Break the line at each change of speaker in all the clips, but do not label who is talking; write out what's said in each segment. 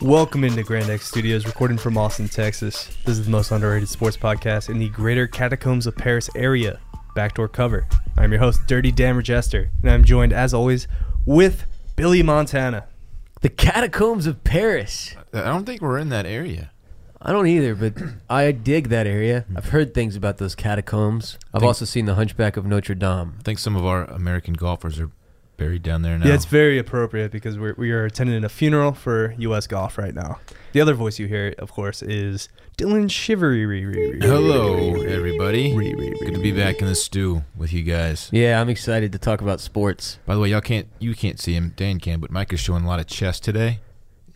Welcome into Grand X Studios, recording from Austin, Texas. This is the most underrated sports podcast in the greater catacombs of Paris area. Backdoor cover. I'm your host, Dirty Dammer Jester, and I'm joined, as always, with Billy Montana.
The catacombs of Paris.
I don't think we're in that area.
I don't either, but I dig that area. I've heard things about those catacombs. I've
Think-
also seen the Hunchback of Notre Dame.
I think some of our American golfers are buried down there now.
Yeah, it's very appropriate because we're, we are attending a funeral for U.S. golf right now. The other voice you hear, of course, is Dylan Shivery. re- re- re-
Hello, everybody.
re- re- re-
Good to be back in the stew with you guys.
Yeah, I'm excited to talk about sports.
By the way, y'all can't you can't see him. Dan can, but Mike is showing a lot of chest today.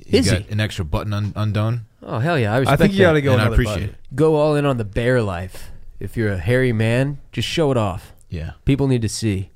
He
Is
got
he?
an extra button un- undone,
Oh hell yeah, I
I
respect
think you got to
that.
go.
and I
another
appreciate
button.
it.
Go all in on the bear life. If you're a hairy man, just show it off.
Yeah,
People need to see.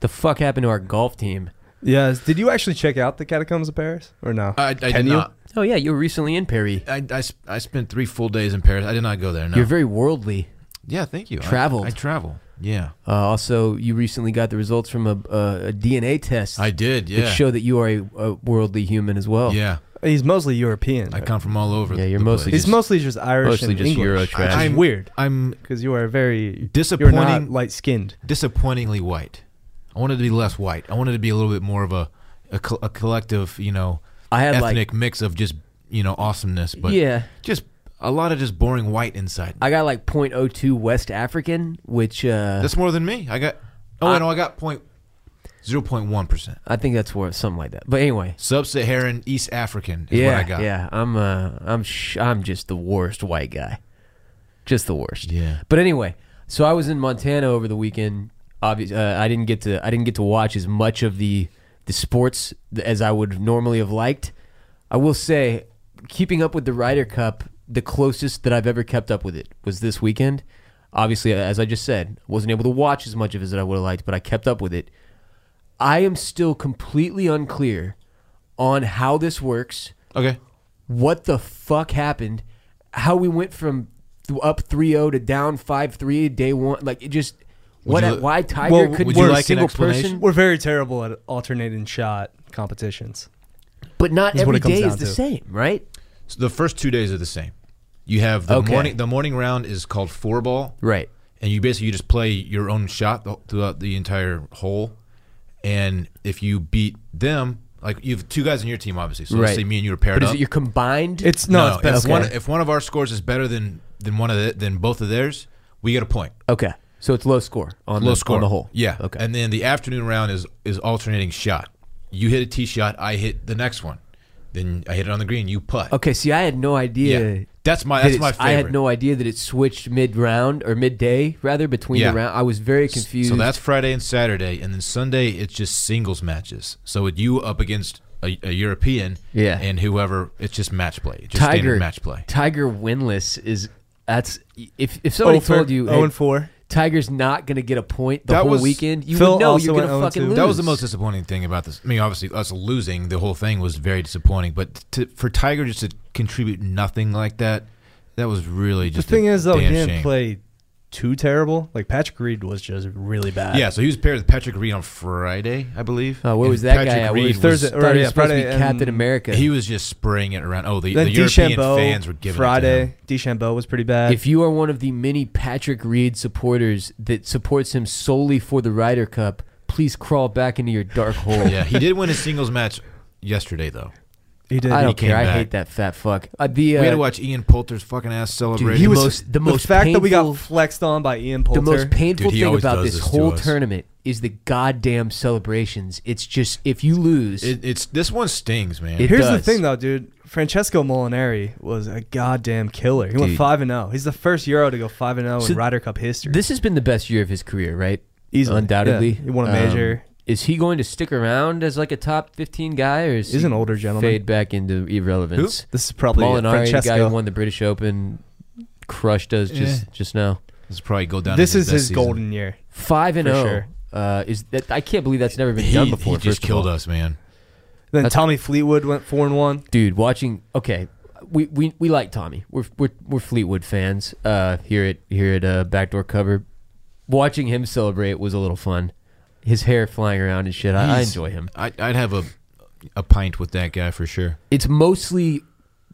The fuck happened to our golf team?
Yes. Did you actually check out the catacombs of Paris or no?
I, I did
Can you?
not.
Oh yeah, you were recently in Paris.
I, I, sp- I spent three full days in Paris. I did not go there. No.
You're very worldly.
yeah, thank you. I-
Traveled.
I, travel. Yeah,
Uh, also, you recently got the results from a, a, a DNA test
I did. Yeah,
that show that you are a, a worldly human as well.
yeah.
He's mostly European.
I come from all over.
Yeah,
the-
you're
the
mostly
place.
He's mostly just Irish
mostly
and
just
English.
Euro
which
trash.
is
I'm-
weird
I'm
because you are very you're
disappointing.
not light skinned.
disappointingly white. I wanted to be less white. I wanted to be a little bit more of a a, col- a collective, you know,
I had like
ethnic mix of just you know awesomeness, but
yeah.
just a lot of just boring white inside.
I got like 0.02 West African, which uh,
That's more than me. I got oh
I-
I, no, I got point zero point one percent.
I think that's worth something like that. But anyway,
Sub-Saharan East African is
yeah,
what I got.
yeah, I'm uh, I'm sh- I'm just the worst white guy, just the worst.
Yeah.
But anyway, so I was in Montana over the weekend. Obviously, uh, I didn't get to I didn't get to watch as much of the the sports th- as I would normally have liked. I will say, keeping up with the Ryder Cup, the closest that I've ever kept up with it was this weekend. Obviously, as I just said, wasn't able to watch as much of it as I would have liked, but I kept up with it. I am still completely unclear on how this works
Okay.
what the fuck happened, how we went from th- up 3-0 to down 5-3 day one. Like, it just, what,
you li-
why Tiger
Well,
couldn't
would
be
you
a
like an
single
explanation?
person,
We're very terrible at alternating shot competitions.
but not
Is what
every
it comes
day
down
is the
to.
same, right?
So the first two days are the same. You have the
Okay.
morning. The morning round is called four ball.
Right.
and you basically you just play your own shot th- throughout the entire hole. And if you beat them, like you have two guys on your team, obviously. So
Right.
let's say me and you are paired
But is
up.
it your combined?
It's no, it's best
if one
Okay.
if one of our scores is better than than one of the, than both of theirs, we get a point.
okay. So it's low score on,
Low
the,
score
on the whole.
Yeah.
Okay.
And then the afternoon round is is alternating shot. You hit a tee shot, I hit the next one. Then I hit it on the green. You putt.
okay. See, I had no idea.
That's my
that
that's my
it's-
favorite.
I had no idea that it switched mid round or midday rather between
Yeah.
the round. I was very confused.
So that's Friday and Saturday, and then Sunday it's just singles matches. So it you up against a, a European,
Yeah.
and whoever it's just match play, just
Tiger
standard match play.
Tiger winless is that's if
Oh,
if somebody told you hey,
zero and oh, four.
Tiger's not going to get a point the
That
whole
was-
weekend, you
Phil
would know
also
you're going to
went
fucking
0-2.
lose.
oh That was the most disappointing thing about this. I mean, obviously us losing the whole thing was very disappointing, but to, for Tiger just to contribute nothing like that, that was really
The
just
thing
a
is though, he
damn
didn't
shame.
play too terrible. Like Patrick Reed was just really bad.
Yeah, so he was paired with Patrick Reed on Friday, I believe.
Oh, where
And
was that guy
Patrick
at? Where
Reed
he
Thursday-
was- thought he
yeah,
was supposed to be
Friday and-
Captain America.
Was, he was just spraying it around. Oh, the,
Then
the European
DeChambeau
fans were giving it to him.
Friday. DeChambeau was pretty bad.
if you are one of the many Patrick Reed supporters that supports him solely for the Ryder Cup, please crawl back into your dark hole.
yeah, he did win his singles match yesterday, though.
he did.
I
he
don't
came
care. I
back.
hate that fat fuck. Uh, the uh,
We had to watch Ian Poulter's fucking ass
dude,
celebrate.
he
was
most- the most
fact that we got
painful-
flexed on by Ian Poulter.
the most painful
Dude, he
thing
always
about
does
this,
this to
whole
us.
tournament is the goddamn celebrations. It's just if you lose,
It, it's this one stings, man.
It-
Here's the
does.
thing though, dude. Francesco Molinari was a goddamn killer. He went
Dude.
five and zero. He's the first Euro to go five and zero
So
in Ryder Cup history.
This has been the best year of his career, right?
Easily,
undoubtedly.
yeah. He won a
Um,
major.
is he going to stick around as like a top fifteen guy, or is
He's
he
an older gentleman.
fade back into irrelevance?
This is probably it.
Molinari, the guy
Francesco.
who won the British Open, crushed us just just now.
this will probably go down.
this
as
is his
best season.
golden year.
Five and
For
zero.
sure.
Uh, is that I can't believe that's never been
He,
done before.
he just
first of
killed
all.
us, man.
Then
That's-
Tommy Fleetwood went four and one.
dude. Watching okay. We, we, we like Tommy. We're, we're, we're Fleetwood fans uh, here at here at uh, backdoor cover. Watching him celebrate was a little fun. His hair flying around and shit. I, I
He's-
enjoy him.
I, I'd have a a pint with that guy for sure.
it's mostly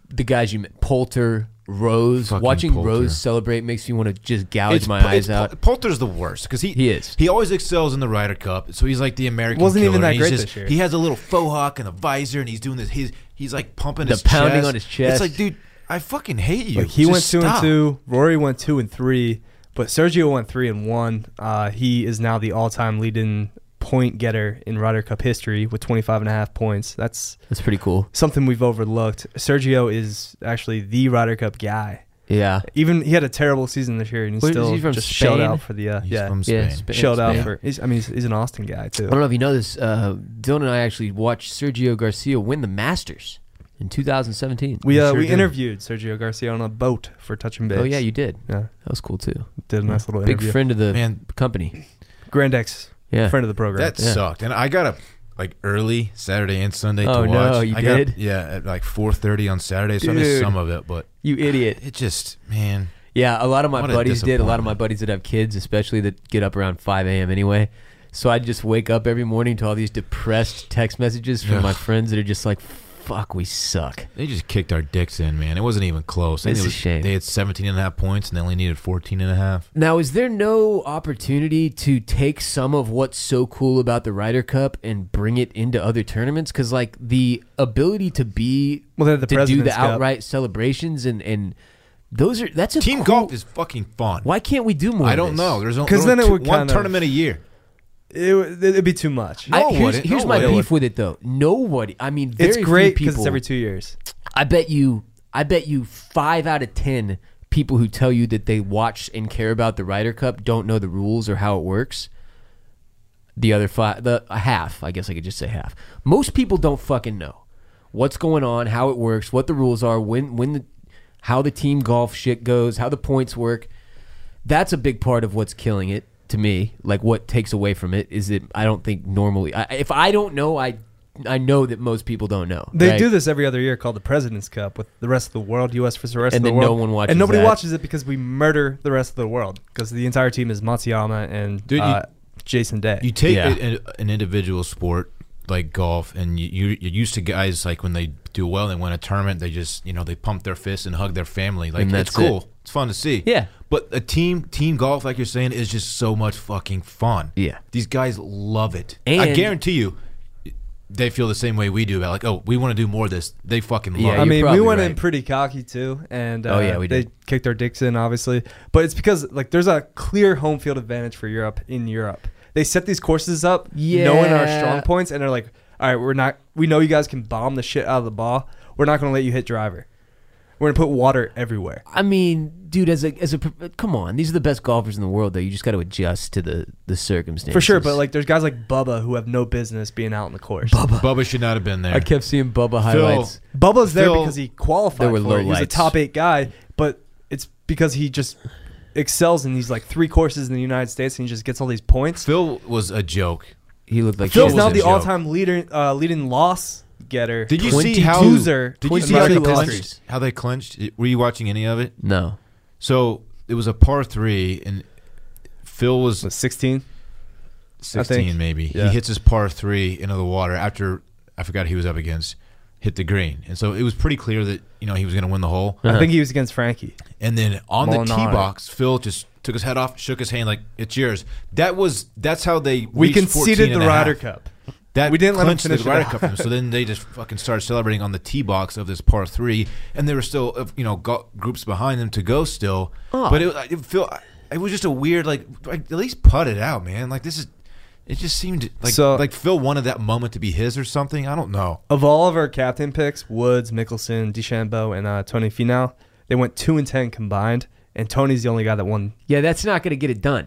the guys you met. Poulter, Rose.
Fucking
Watching
Poulter.
Rose celebrate makes me want to just gouge my
Pol-
eyes
Pol-
out.
Poulter's the worst because he
He is.
He always excels in the Ryder Cup, so he's like the American.
Wasn't
killer.
even that
and he's
great
just-
this year.
He has a little faux hawk and a visor, and he's doing this. He's he's like pumping
The
his
pounding
chest.
on his chest.
It's like, dude, I fucking hate you.
Like he
Just
went two
stop.
and two. Rory went two and three, but Sergio went three and one. Uh, he is now the all-time leading point getter in Ryder Cup history with 25 and a half points. That's
That's pretty cool.
something we've overlooked. Sergio is actually the Ryder Cup guy.
Yeah.
Even he had a terrible season this year, and he's
Where- is
still
he from
just shelled
Spain?
out for the uh,
He's
yeah
from
Yeah,
Spain.
Sp-
shelled out
Spain.
for. He's, I mean, he's, he's an Austin guy too.
I don't know if you know this. Uh, Dylan and I actually watched Sergio Garcia win the Masters in 2017.
We
You
uh,
sure
we
do.
interviewed Sergio Garcia on a boat for touch and base.
oh yeah, you did.
Yeah.
That was cool too.
did a nice little
Big
interview.
friend of the
Man,
company.
Grand X,
Yeah.
friend of the program.
that
Yeah.
sucked. And I got up like early Saturday and Sunday
Oh,
to
no,
watch.
you
I got up-
did?
yeah, at like four thirty on Saturday, so I
Dude.
missed some of it. But
You idiot.
it just, man,
Yeah, a lot of my
What a
buddies did. A lot of my buddies that have kids, especially that get up around 5 a.m. anyway. So I just wake up every morning to all these depressed text messages from my
Ugh.
friends that are just like, fuck, we suck.
they just kicked our dicks in, man. It wasn't even close. I think
It's
it
a
was-
shame.
They had 17 and a half points, and they only needed 14 and a half.
Now, is there no opportunity to take some of what's so cool about the Ryder Cup and bring it into other tournaments? Because, like, the ability to be,
Well, they had the
to do
President's
the
Cup.
outright celebrations and, and those are, that's a
Team
cool-
golf is fucking fun.
Why can't we do more?
I
of
don't
this?
know. There's only
'Cause then it
two-
would
one
kind of-
tournament a year.
It, would- it'd be too much.
No,
I,
it
here's
wouldn't.
here's
No,
my
it
beef with it though. Nobody. I mean, very
it's great
few
because
people.
it's every two years.
I bet you. I bet you five out of ten people who tell you that they watch and care about the Ryder Cup don't know the rules or how it works. The other five, the a half, I guess I could just say half. Most people don't fucking know what's going on, how it works, what the rules are, when when the how the team golf shit goes, how the points work. That's a big part of what's killing it to me. Like what takes away from it is that I don't think normally. I, if I don't know, I I know that most people don't know.
They
right?
do this every other year called the President's Cup with the rest of the world, U.S. versus the rest
And
of the
then no
world.
one watches
And nobody
that.
watches it because we murder the rest of the world because the entire team is Matsuyama and
Dude, you-
uh, Jason Day.
You take
Yeah.
a, a- an individual sport like golf, and you, you- you're used to guys like when they do well, they win a tournament, they just you know they pump their fists and hug their family. Like
And
it's
that's it.
cool, it's fun to see.
Yeah.
but a team team golf, like you're saying, is just so much fucking fun.
Yeah.
these guys love it. I
And-
guarantee you. They feel the same way we do about like, oh, we want to do more of this. They fucking love
Yeah,
it.
I
you're
mean, we
probably
went
right.
in pretty cocky too, and uh,
Oh, yeah, we
they
did.
kicked our dicks in, obviously. But it's because like there's a clear home field advantage for Europe in Europe. They set these courses up, knowing our
Yeah.
strong points, and they're like, "All right, we're not. We know you guys can bomb the shit out of the ball. We're not going to let you hit driver. We're going to put water everywhere."
I mean, dude, as a as a pro- come on, these are the best golfers in the world, though. You just got to adjust to the the circumstances
For sure, but like there's guys like Bubba who have no business being out in the course. Bubba.
Bubba should not have been there.
I kept seeing Bubba highlights.
Bubba's there
Phil-
because he qualified
There were
for it. He was a
lowlights.
top eight guy, but it's because he just excels in these like three courses in the United States and he just gets all these points.
Phil was a joke.
He looked like
Phil's
shit.
was
now
a
the
joke.
all-time leader, uh, leading loss getter.
Did you see how?
22 loser,
Did you see
22
how they
loser.
clinched? How they clinched? Were you watching any of it?
no.
So it was a par three, and Phil was
Was 16. think.
sixteen, maybe.
Yeah.
He hits his par three into the water after I forgot who he was up against. Hit the green, and so it was pretty clear that you know he was going to win the hole.
Uh-huh.
I think he was against Frankie.
And then on the
Molinari.
tee box, Phil just took his head off, shook his hand like it's yours. That was that's how they
We
reached 14
conceded the
and a half.
Ryder Cup.
That
We didn't let 'em
clinched
finish it
the Ryder
out.
Cup. for them. So then they just fucking started celebrating on the tee box of this par three, and there were still uh, you know go- groups behind them to go still.
Oh.
But it, was- it feel it was just a weird like, like at least put it out, man. Like this is. It just seemed like
So-
like Phil wanted that moment to be his or something. I don't know.
Of all of our captain picks, Woods, Mickelson, DeChambeau, and uh, Tony Finau, they went 2 and 10 combined, and Tony's the only guy that won.
Yeah, that's not going to get it done.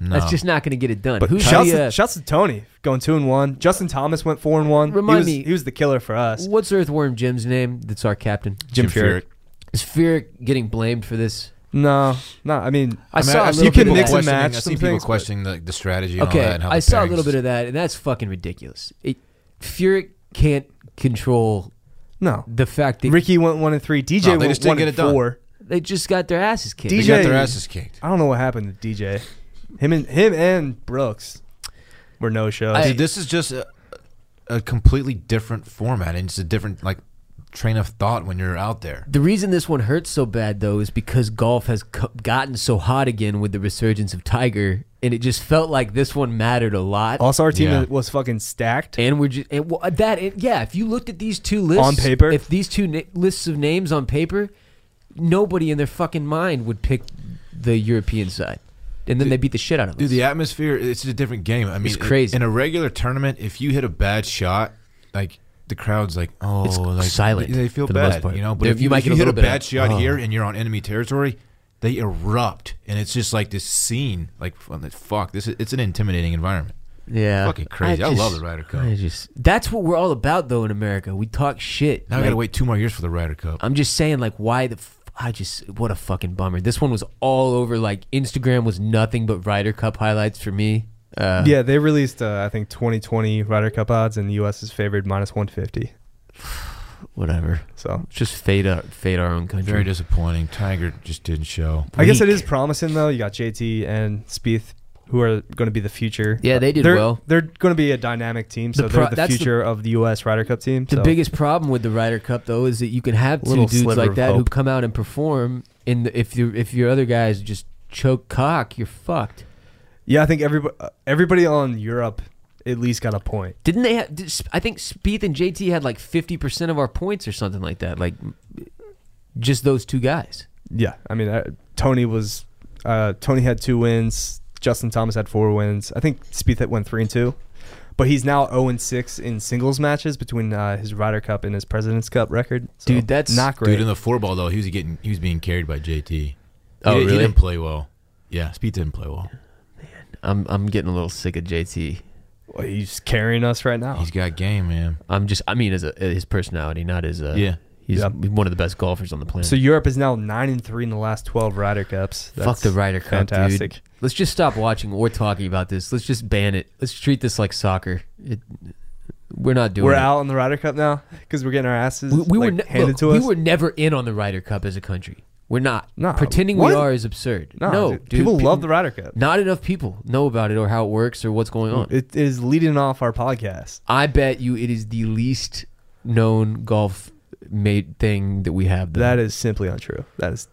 No.
That's just not going to get it done.
But
Who's
shouts,
the, uh,
to, shouts to Tony going 2 and 1. Justin Thomas went 4 and 1.
Remind
he was,
me-
he was the killer for us.
uh, what's Earthworm Jim's name? That's our captain.
Jim Furyk.
Is Furyk getting blamed for this?
No, no, I mean,
I,
mean,
saw a
I've
little
seen
you
bit
can
of
people
mix and
that.
questioning-
match some
I've seen people
things, but-
questioning the, the strategy and all
Okay,
that. And how
I
the
saw a
pairings-
little bit of that, and that's fucking ridiculous. It, Furyk can't control
no.
the fact that
Ricky went 1 and 3. DJ
No, they
went
just didn't
1
get
and
it done.
4.
they just got their asses kicked.
They
DJ
got their asses kicked.
I don't know what happened to DJ. Him and him and Brooks were no shows.
I-
Dude, this is just a, a completely different format and it's a different like train of thought when you're out there.
The reason this one hurts so bad though is because golf has co- gotten so hot again with the resurgence of Tiger, and it just felt like this one mattered a lot.
Also, our team
Yeah.
was fucking stacked.
And we're just and, well, that it, yeah. If you looked at these two lists
On paper?
if these two na- lists of names on paper, nobody in their fucking mind would pick the European side, and then they beat the shit out of
Dude,
us.
the atmosphere, it's a different game. I mean,
It's crazy.
In a regular tournament, if you hit a bad shot, like the crowd's like, oh,
It's
like,
silent,
They feel
for the most
bad,
part.
you know. But
There-
if
you
you,
might
if
get
you
a
hit a
little bit of,
bad shot
"Oh."
here and you're on enemy territory, they erupt, and it's just like this scene. Like, fuck, this. Is, it's an intimidating environment.
yeah,
fucking crazy. I love the Ryder Cup.
I just that's what we're all about though in America. We talk shit.
Now I
Like,
gotta wait two more years for the Ryder Cup.
I'm just saying, like, why the. F- I just. What a fucking bummer. This one was all over. Like, Instagram was nothing but Ryder Cup highlights for me. Uh,
yeah, they released uh, I think 2020 Ryder Cup odds, and the U.S. is favored minus 150.
Whatever.
So
Just fade our, fade our own country.
Very disappointing. Tiger just didn't show.
I guess it
Weak.
is promising though. You got JT and Spieth, who are going to be the future.
Yeah, they did
they're,
well.
They're going to be a dynamic team, so
The pro-
they're the
that's the-
future of the U.S. Ryder Cup team.
The
so.
biggest problem with the Ryder Cup, though, is that you can have two
Little
dudes
sliver
like
of
that who
hope.
come out and perform, and if you if your other guys just choke cock, you're fucked.
yeah, I think everybody everybody on Europe at least got a point.
Didn't they? Have, did, Sp- I think Spieth and JT had like fifty percent of our points or something like that. Like, just those two guys.
Yeah, I mean uh, Tony was uh, Tony had two wins. Justin Thomas had four wins. I think Spieth went three and two, but he's now zero and six in singles matches between uh, his Ryder Cup and his Presidents Cup record. So,
Dude, that's-
not great.
Dude, in the four ball though, he was getting he was being carried by JT. He
Oh,
di- He
really?
didn't play well. Yeah, Speed didn't play well.
I'm I'm getting a little sick of JT.
Well, he's carrying us right
Oh.
now.
He's got game, man.
I'm just I mean as a his personality, not as a
Yeah.
He's
Yeah.
one of the best golfers on the planet.
So Europe is now nine and three in the last twelve Ryder Cups.
Fuck the Ryder Cup,
fantastic.
dude. Let's just stop watching or talking about this. Let's just ban it. Let's treat this like soccer. It, we're not doing.
We're
it.
out on the Ryder Cup now because we're getting our asses
We, we were
like,
ne-
handed
look,
to
we
us.
were never in on the Ryder Cup as a country. We're not.
No,
Pretending we
what?
are is absurd.
no, dude,
dude,
people
pe-
love the Ryder Cup.
Not enough people know about it or how it works or what's going on.
It is leading off our podcast.
I bet you it is the least known golf made thing that we have. though.
That is simply untrue. That is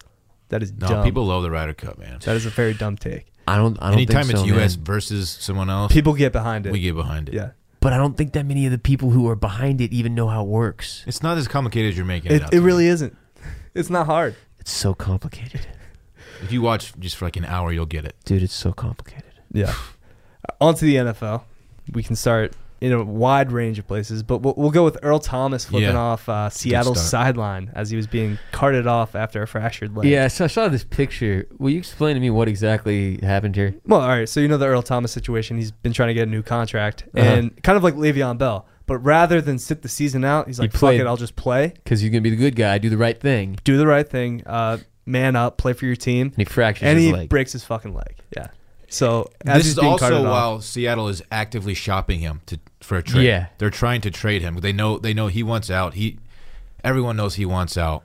that is
No,
dumb.
people love the Ryder Cup, man.
that is a very dumb take.
I don't. I don't
Anytime
think so,
it's US
man.
versus someone else,
People get behind it.
we get behind it.
yeah,
but I don't think that many of the people who are behind it even know how it works.
It's not as complicated as you're making it.
it,
out
it
to
really
be.
isn't. It's not hard.
It's so complicated,
If you watch just for like an hour, you'll get it.
dude. It's so complicated.
Yeah. On to the NFL. We can start in a wide range of places, but we'll, we'll go with Earl Thomas flipping
Yeah.
off uh, Seattle's
start.
sideline as he was being carted off after a fractured leg.
Yeah, so I saw this picture. Will you explain to me what exactly happened here?
Well, all right. So you know the Earl Thomas situation. He's been trying to get a new contract,
Uh-huh.
and kind of like Le'Veon Bell, but rather than sit the season out, he's like, "Fuck
played.
it, I'll just play,
Because he's gonna be the good guy, do the right thing, and
do the right thing, uh, man up, play for your team."
he fractures
and
his
he
leg.
breaks his fucking leg. Yeah. So as
this
he's
is
being
also
carted off-
while Seattle is actively shopping him to for a trade.
Yeah.
they're trying to trade him. They know they know he wants out. He, everyone knows he wants out,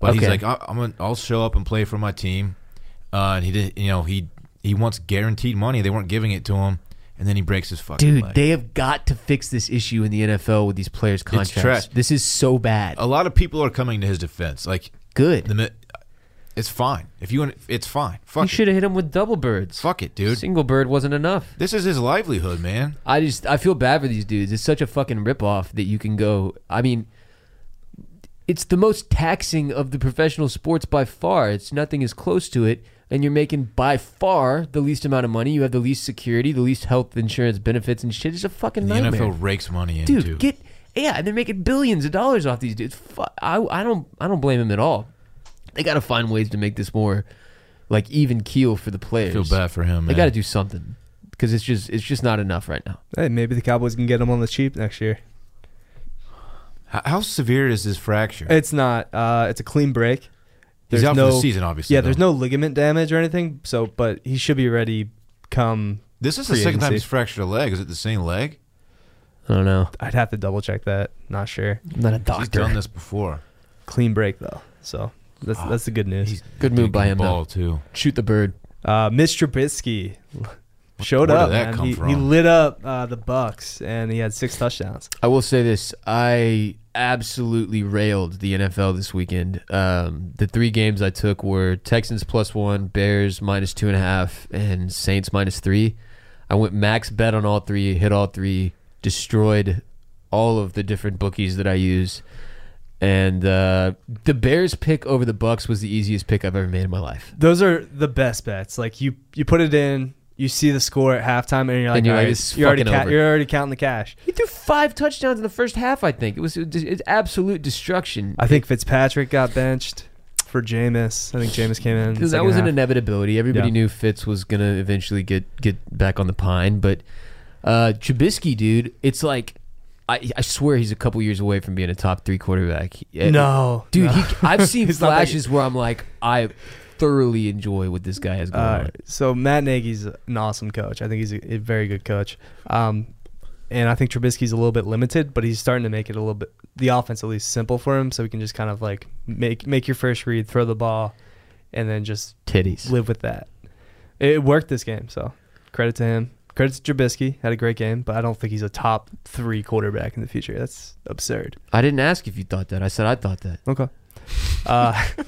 but he's
Okay.
like, I, I'm gonna, I'll show up and play for my team. Uh, and he did, you know, he he wants guaranteed money. They weren't giving it to him, and then he breaks his fucking
Dude,
leg.
they have got to fix this issue in the NFL with these players' contracts.
trash.
This is so bad.
a lot of people are coming to his defense. Like
good.
the, mi- it's fine if you want. It's fine.
You
Fuck it.
should have hit him with double birds.
Fuck it, dude.
Single bird wasn't enough.
This is his livelihood, man.
I just I feel bad for these dudes. It's such a fucking ripoff that you can go. I mean, it's the most taxing of the professional sports by far. It's nothing is close to it, and you're making by far the least amount of money. You have the least security, the least health insurance benefits and shit. It's a fucking
The
nightmare,
NFL rakes money in
dude.
too.
Get yeah, and they're making billions of dollars off these dudes. Fu I I don't I don't blame them at all. They got to find ways to make this more like even keel for the
I
players.
feel bad for him.
They
man.
got to do something because it's just it's just not enough right now.
Hey, maybe the Cowboys can get him on the cheap next year.
How, how severe is his fracture?
It's not. Uh, it's a clean break.
He's
There's
out
no,
for the season, obviously.
Yeah, there's
though.
no ligament damage or anything. So, but he should be ready. Come,
This is the
free
second time
agency.
he's fractured a leg. Is it the same leg?
I don't know.
I'd have to double check that. Not sure.
I'm not a
He's done this before.
Clean break though. So that's
Oh,
that's the good news.
He's
Good move by
taking
him,
Ball too.
Shoot the bird.
Uh, Mitch Trubisky showed
Where did
up.
that
man.
come
he,
from?
he lit up uh, the Bucks and he had six touchdowns.
I will say this: I absolutely railed the NFL this weekend. Um, the three games I took were Texans plus one, Bears minus two and a half, and Saints minus three. I went max bet on all three, hit all three, destroyed all of the different bookies that I use, and uh, the Bears pick over the Bucks was the easiest pick I've ever made in my life.
Those are the best bets. Like you, you put it in. You see the score at halftime, and you're like,
And you're
"All
like,
right,
this is
you're already
fucking
ca-
over."
you're already counting the cash.
He threw five touchdowns in the first half. I think it was it's absolute destruction.
I think Fitzpatrick got benched for Jameis. I think Jameis came in.
Because
the
that was
second
an
half.
inevitability. Everybody
Yeah.
knew Fitz was gonna eventually get get back on the pine, but uh, Trubisky, dude, it's like I, I swear he's a couple years away from being a top three quarterback. Yeah.
no,
dude,
no.
He, I've seen
He's not that-
flashes where I'm like, I thoroughly enjoy what this guy has going
Uh,
on.
so Matt Nagy's an awesome coach. I think he's a, a very good coach. Um, and I think Trubisky's a little bit limited, but he's starting to make it a little bit the offense at least simple for him, so he can just kind of like make make your first read, throw the ball, and then just
Titties.
live with that. It worked this game, so credit to him. Credit to Trubisky, had a great game, but I don't think he's a top three quarterback in the future. That's absurd.
I didn't ask if you thought that. I said I thought that.
Okay. Uh,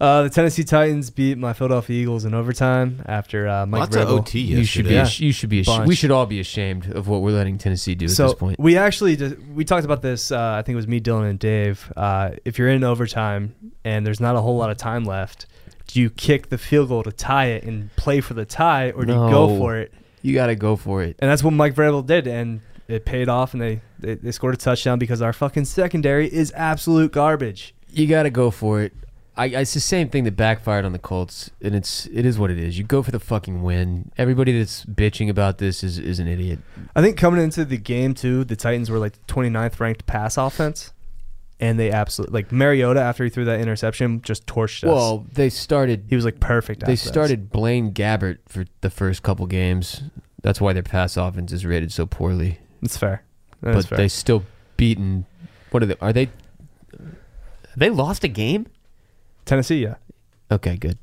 uh, the Tennessee Titans beat my Philadelphia Eagles in overtime after uh, Mike
Lots
Vrabel-
of OT yesterday.
You should be.
Yeah.
ash- You should be. Ash-
Bunch.
we should all be ashamed of what we're letting Tennessee do at
so
this point.
we actually just, we talked about this. Uh, I think it was me, Dylan, and Dave. Uh, if you're in overtime and there's not a whole lot of time left, do you kick the field goal to tie it and play for the tie, or do you
No.
go for it?
You got to go for it.
And that's what Mike Vrabel did, and it paid off, and they, they they scored a touchdown because our fucking secondary is absolute garbage.
You got to go for it. I, I- it's the same thing that backfired on the Colts, and it's it is what it is. You go for the fucking win. Everybody that's bitching about this is is an idiot.
I think coming into the game too, the Titans were like the 29th ranked pass offense, and they absolutely like Mariota after he threw that interception just torched us.
Well, they started
he was like perfect.
they
after that.
started Blaine Gabbert for the first couple games. That's why their pass offense is rated so poorly.
It's fair. That is
But
fair.
they still beaten. What are they? Are they? They lost a game.
Tennessee, yeah.
Okay, good.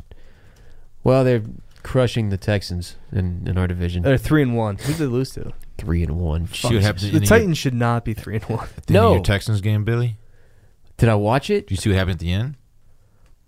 Well, they're crushing the Texans in, in our division,
They're three and one. Who did they lose to?
three and one.
See what happens.
The Titans should not be three and one.
At the end of your
No.
Texans game, Billy.
Did I watch it?
Do you see what happened at the end?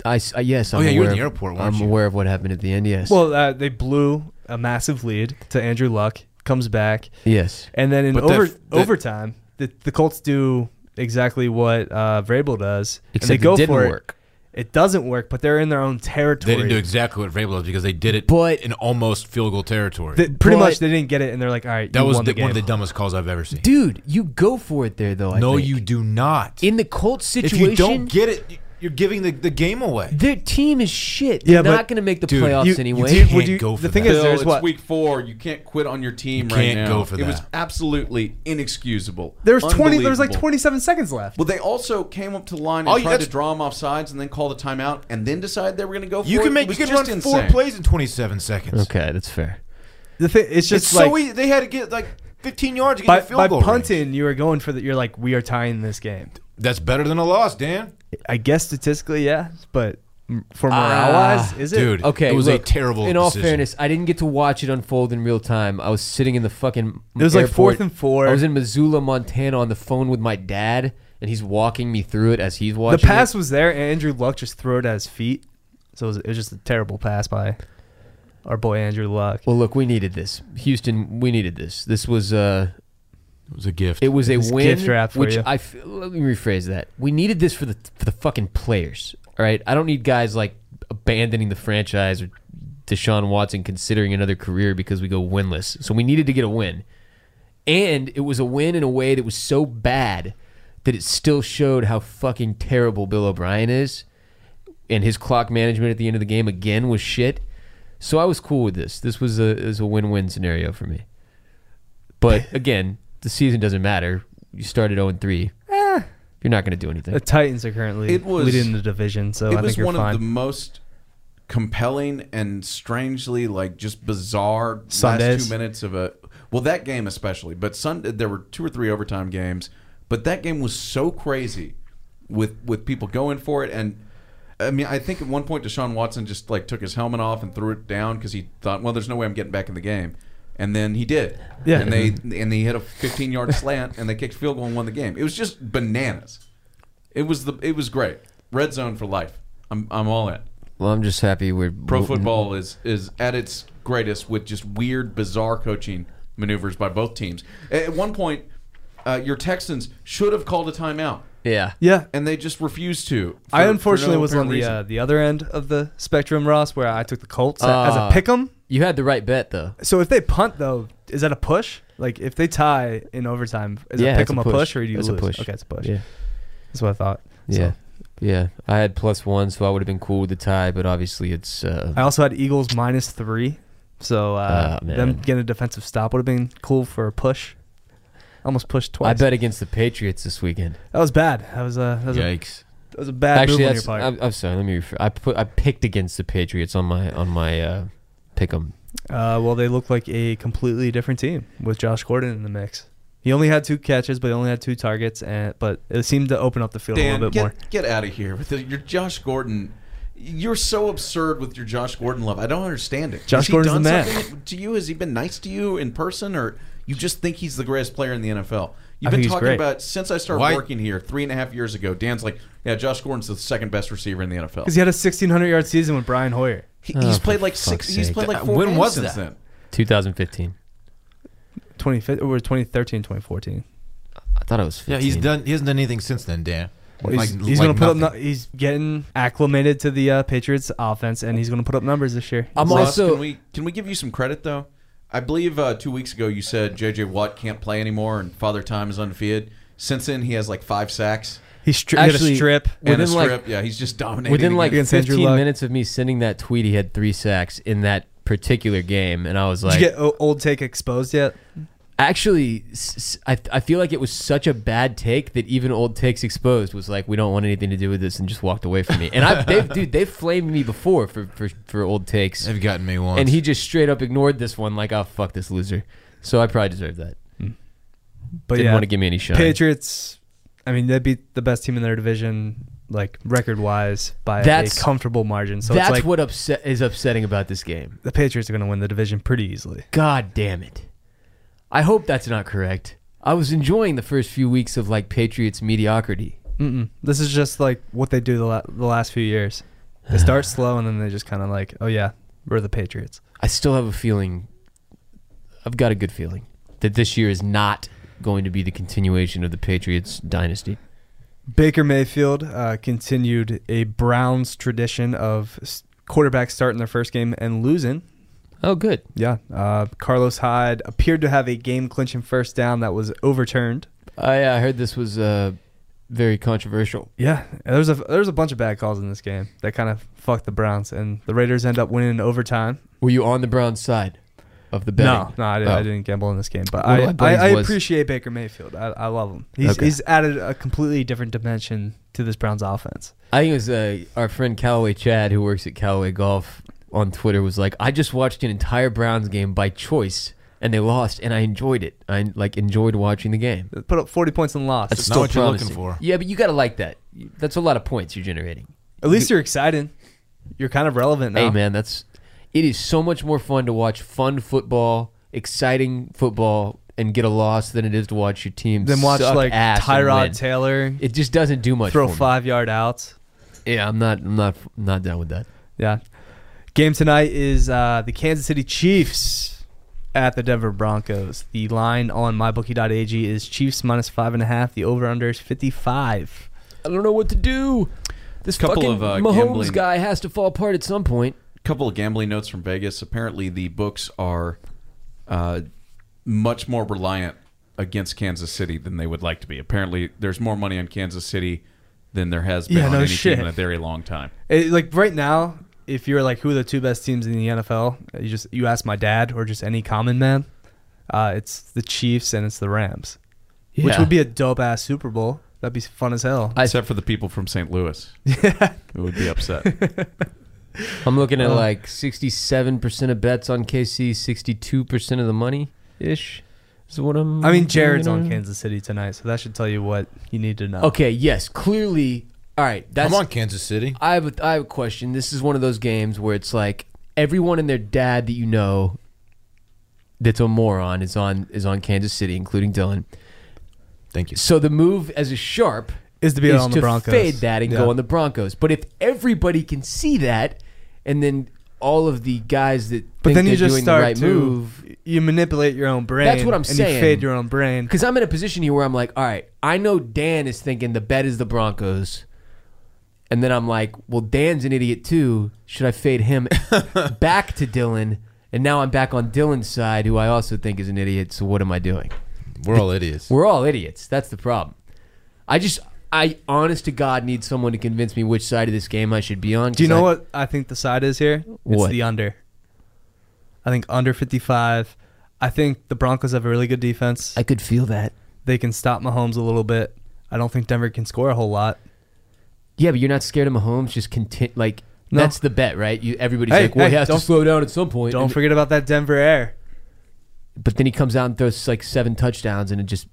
I, s- uh, yes.
Oh,
I'm
yeah, you were
aware
in the
of-
airport, weren't
I'm
you?
aware of what happened at the end. Yes.
Well, uh, they blew a massive lead to Andrew Luck, comes back,
yes.
and then in
But
over
that- that-
overtime, the, the Colts do exactly what uh, Vrabel does,
Except
and they go
it didn't
for
work.
it. It doesn't work, but they're in their own
They
territory.
didn't do exactly what Vrabel did because they did it
But-
in almost field goal territory.
They- pretty
But-
much, they didn't get it, and they're like, "All right,
that
you
was
won
the,
the
one of the
game."
dumbest calls I've ever seen.
Dude, you go for it there though. I
no,
think.
you do not.
In the Colts
if
situation,
you don't get it, you- you're giving the, the game away.
their team is shit.
Yeah,
They're
but-
not going to make the
Dude,
playoffs
you- you
anyway.
did- would
can't
you-
go
the
for
thing
that.
is,
Bill,
there's
it's
what
week four. You can't quit on your team
You
right
can't
now.
go for
It was
that.
absolutely inexcusable.
there's twenty. There's like
Unbelievable.
twenty-seven seconds left.
Well, they also came up to the line and
Oh, yeah,
tried to
that's-
draw them off sides and then call the timeout and then decide they were going to go for
You
it.
can
It
make you
was
can run
just
four
insane.
plays in 27 seconds.
okay, that's fair.
The thing, it's just
It's
like
so easy. They had to get like 15 yards to get
by,
the field
by
goal. range.
punting, you were going for the. You're like, we are tying this game.
That's better than a loss, Dan.
I guess statistically, yeah, but m- for morale wise, is it?
Dude,
Okay,
it was
look,
a terrible.
In all
decision.
fairness, I didn't get to watch it unfold in real time. I was sitting in the fucking.
It was like
airport.
fourth and four.
I was in Missoula, Montana, on the phone with my dad, and he's walking me through it as he's
the
watching.
pass
it.
was there, and Andrew Luck just threw it at his feet. So it was, it was just a terrible pass by our boy Andrew Luck.
Well, look, we needed this, Houston. We needed this. This was uh,
it was a gift.
It was a
It's
win,
gift wrap for
which
you.
I f- let me rephrase that. We needed this for the for the fucking players. All right, I don't need guys like abandoning the franchise or Deshaun Watson considering another career because we go winless. So we needed to get a win, and it was a win in a way that was so bad that it still showed how fucking terrible Bill O'Brien is, and his clock management at the end of the game again was shit. So I was cool with this. This was a is a win win scenario for me. But again, the season doesn't matter. You started 0 3. You're not going to do
the
anything.
Titans are currently
It was-
leading the division, so I
it was
think you're
one
fine.
of the most compelling and strangely like just bizarre last
Sundays.
two minutes of a well that game especially but Sunday there were two or three overtime games but that game was so crazy with with people going for it and I mean, I think at one point Deshaun Watson just like took his helmet off and threw it down because he thought, well, there's no way I'm getting back in the game, and then he did.
Yeah.
and they and they hit a 15 yard slant and they kicked a field goal and won the game. It was just bananas. It was the it was great. Red zone for life. I'm I'm all in.
Well, I'm just happy we're
Pro football is is at its greatest with just weird, bizarre coaching maneuvers by both teams. A- At one point, uh, your Texans should have called a timeout,
Yeah.
Yeah.
and they just refused to. for-
I
for
unfortunately
no
was on
apparent
the
reason.
uh, the other end of the spectrum, Ross, where I took the Colts as a
Uh,
pick 'em.
You had the right bet though.
So if they punt though, is that a push? Like if they tie in overtime, is
yeah,
a pick
it's
'em a push. or do you
it's
lose?
a push?
Okay, it's a push.
Yeah.
That's what I thought. So-
Yeah. Yeah. I had plus one, so I would have been cool with the tie, but obviously it's uh,
I also had Eagles minus three, so uh,
Ah,
them
man.
getting a defensive stop would have been cool for a push. Almost pushed
I
twice.
bet against the Patriots this weekend.
that was bad. That was a that was, a,
Yikes.
that was a bad
Actually,
move on your
that's,
part.
I'm, I'm sorry. Let me. Refer. I put. I picked against the Patriots on my on my uh, pick 'em.
Uh, well, they look like a completely different team with Josh Gordon in the mix. He only had two catches, but he only had two targets, and but it seemed to open up the field a
Dan,
little bit
get,
more.
get out of here with the, your Josh Gordon. You're so absurd with your Josh Gordon love. I don't understand it.
Josh
Has he
Gordon's the man.
done something To you, has he been nice to you in person, or you just think he's the greatest player in the NFL? You've
I think
been
he's
talking
great.
about since I started
Why-
working here three and a half years ago. Dan's like, yeah, Josh Gordon's the second best receiver in the NFL.
Because he had a 1600 yard season with Brian Hoyer.
He,
Oh,
he's
for
played like
fuck's
six. He's
sake.
played like
Uh,
four
when
games
was
since
that?
2015.
25 or 2013, 2014.
I thought it was. 15.
Yeah, he's done. He hasn't done anything since then, Dan.
He's, he's gonna put up. nu- He's getting acclimated to the uh, Patriots offense, and he's gonna put up numbers this year.
I'm
then. Ross,
also.
can we can we give you some credit though? I believe uh, two weeks ago you said J.J. Watt can't play anymore and Father Time is undefeated. Since then, he has like five sacks
He, stri- he had
Actually-
a strip.
and a
Within, like-
strip. yeah, he's just dominating.
Within like
against Andrew
15
Luck.
minutes of me sending that tweet, he had three sacks in that particular game, and I was
Did
like,
you get o- old take exposed yet?
actually, s- s- I, I feel like it was such a bad take that even old takes exposed was like, we don't want anything to do with this, and just walked away from me. And I, they've, dude, they've flamed me before for for, for old takes,
They've gotten me once.
and he just straight up ignored this one, like, oh fuck this loser. So I probably deserved that.
Hmm. But
Didn't
yeah,
want to give me any shine.
Patriots. I mean, they beat the best team in their division, like record wise, by
That's-
a comfortable margin. So
That's
it's like
what upset is upsetting about this game.
the Patriots are going to win the division pretty easily.
God damn it. I hope that's not correct. I was enjoying the first few weeks of like Patriots mediocrity.
Mm-mm. This is just like what they do the, la- the last few years. They start slow and then they just kind of like, oh yeah, we're the Patriots.
I still have a feeling I've got a good feeling that this year is not going to be the continuation of the Patriots dynasty.
Baker Mayfield uh, continued a Browns tradition of s- quarterbacks starting their first game and losing.
Oh good.
Yeah, uh, Carlos Hyde appeared to have a game clinching first down that was overturned.
I uh, heard this was uh, very controversial.
Yeah, there's a there's a bunch of bad calls in this game that kind of fucked the Browns, and the Raiders end up winning in overtime.
Were you on the Browns side of the betting?
No, no, I didn't,
Oh.
I didn't gamble in this game, but
One of
I,
my
I,
buddies
I
was-
appreciate Baker Mayfield. I, I love him. He's
Okay.
he's added a completely different dimension to this Browns offense.
I think it was uh, our friend Callaway Chad, who works at Callaway Golf, on Twitter was like, "I just watched an entire Browns game by choice, and they lost, and I enjoyed it. I like enjoyed watching the game.
They Put up 40 points and lost.
That's
not
still
what you're looking
promising.
for.
Yeah, but you got to like that. That's a lot of points you're generating.
At least you're excited. You're kind of relevant now.
Hey, man, that's it is so much more fun to watch fun football, exciting football, and get a loss than it is to watch your team
Then watch
suck
like
ass and win.
Tyrod Taylor
It just doesn't do much.
throw
for me.
five yard outs.
Yeah, I'm not. I'm not. Not down with that.
Yeah. Game tonight is uh, the Kansas City Chiefs at the Denver Broncos. The line on mybookie.ag is Chiefs minus five and a half. The over under is 55.
I don't know what to do. This
Couple
fucking
of, uh,
Mahomes
gambling-
guy has to fall apart at some point.
couple of gambling notes from Vegas. Apparently, the books are uh, much more reliant against Kansas City than they would like to be. Apparently, there's more money on Kansas City than there has been
Yeah,
on
no
any
shit.
team in a very long time.
It- like right now, if you're like, who are the two best teams in the NFL? uh, You just you ask my dad or just any common man. Uh, it's the Chiefs and it's the Rams, which
Yeah.
would be a dope ass Super Bowl. That'd be fun as hell.
I-
Except for the people from St. Louis, who would be upset.
I'm looking at
Uh,
like 67% of bets on KC, 62% of the money ish. Is what I'm.
I mean, Jared's on
Kansas.
Kansas City tonight, so that should tell you what you need to know.
Okay, yes, clearly all right, that's
I'm on Kansas City.
I have a, I have a question. This is one of those games where it's like everyone and their dad that you know that's a moron is on is on Kansas City, including Dylan.
Thank you.
So the move as a sharp
Is to be on the Broncos.
fade that and
Yeah.
go on the Broncos. But if everybody can see that, and then all of the guys that
But
think
then you
they're
just
doing
start
the right
to
move,
you manipulate your own brain.
That's what I'm
and
saying.
You fade your own brain.
because I'm in a position here where I'm like, all right, I know Dan is thinking the bet is the Broncos. And then I'm like, well, Dan's an idiot too. Should I fade him back to Dylan? And now I'm back on Dylan's side, who I also think is an idiot. So what am I doing?
We're all idiots.
We're all idiots. That's the problem. I just, I honest to God need someone to convince me which side of this game I should be on.
Do you
'cause
know
I-
what I think the side is here?
What?
It's the under. I think under 55. I think the Broncos have a really good defense.
I could feel that.
they can stop Mahomes a little bit. I don't think Denver can score a whole lot.
Yeah, but you're not scared of Mahomes. Just content like
No.
that's the bet, right? You everybody's
Hey,
like, well,
hey,
he has to
don't-
slow down at some point.
Don't
And-
forget about that Denver air.
but then he comes out and throws like seven touchdowns, and it just.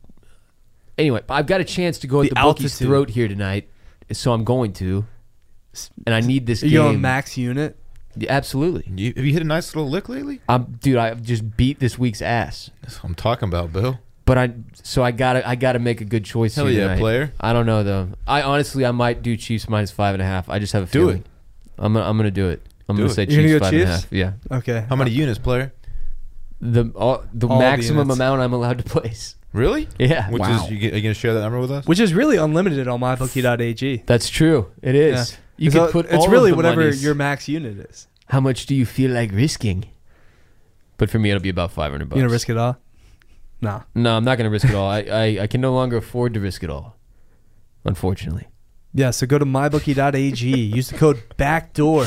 Anyway, I've got a chance to go at
The
the bookie's
altitude.
throat here tonight, so I'm going to, and I need this
Are you
game.
going max unit?
Yeah, Absolutely,
You, have you hit a nice little lick lately?
I'm dude. I just beat this week's ass,
That's what I'm talking about, Bill.
but I so I gotta I gotta make a good choice.
Hell
here
yeah,
tonight.
player.
I don't know though. I honestly I might do Chiefs minus five and a half. I just have a
Do
feeling.
it.
I'm gonna, I'm gonna do it. I'm
Do
gonna
it.
say
You're gonna
Chiefs
go
five and a
Chiefs?
half. Yeah.
Okay.
How many units, player?
the all, the
All the
maximum
units.
amount I'm allowed to place.
Really?
Yeah,
Which
Wow.
is, you, get- are you going to share that number with us?
Uh, Which is really unlimited on mybookie.ag.
that's true. It is.
Yeah.
You
So
can put
it's
all of
really
the
whatever
monies.
your max unit is.
How much do you feel like risking? But for me, it'll be about five hundred bucks.
You gonna risk it all? Nah.
No, I'm not gonna risk it all. I, I I can no longer afford to risk it all. Unfortunately,
Yeah, so go to mybookie.ag, use the code backdoor,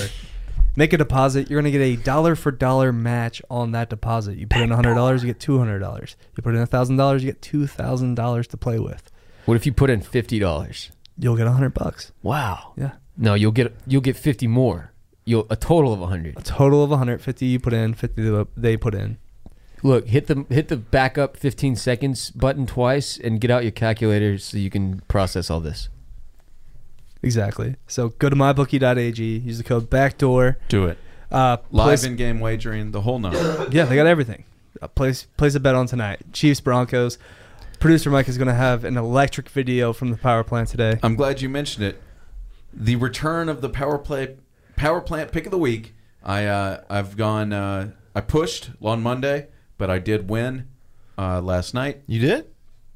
make a deposit. You're going to get a dollar for dollar match on that deposit. You put in $100, you get $200. You put in $1,000, you get $2,000 to play with.
what if you put in fifty dollars?
You'll get 100 bucks.
Wow.
Yeah.
No, you'll get you'll get fifty more. You'll a total of hundred.
A total of 150 you put in, 50 the- they put in.
Look, hit the hit the back up fifteen seconds button twice and get out your calculator so you can process all this.
Exactly. So go to mybookie.ag, use the code backdoor.
Do it.
Uh,
Live
place-
in game wagering, the whole nine.
Yeah, they got everything. Uh, place place a bet on tonight. Chiefs Broncos. Producer Mike is going to have an electric video from the power plant today.
I'm glad you mentioned it. The return of the power play power plant pick of the week. I uh, I've gone. Uh, I pushed on Monday, but I did win uh, last night.
you did?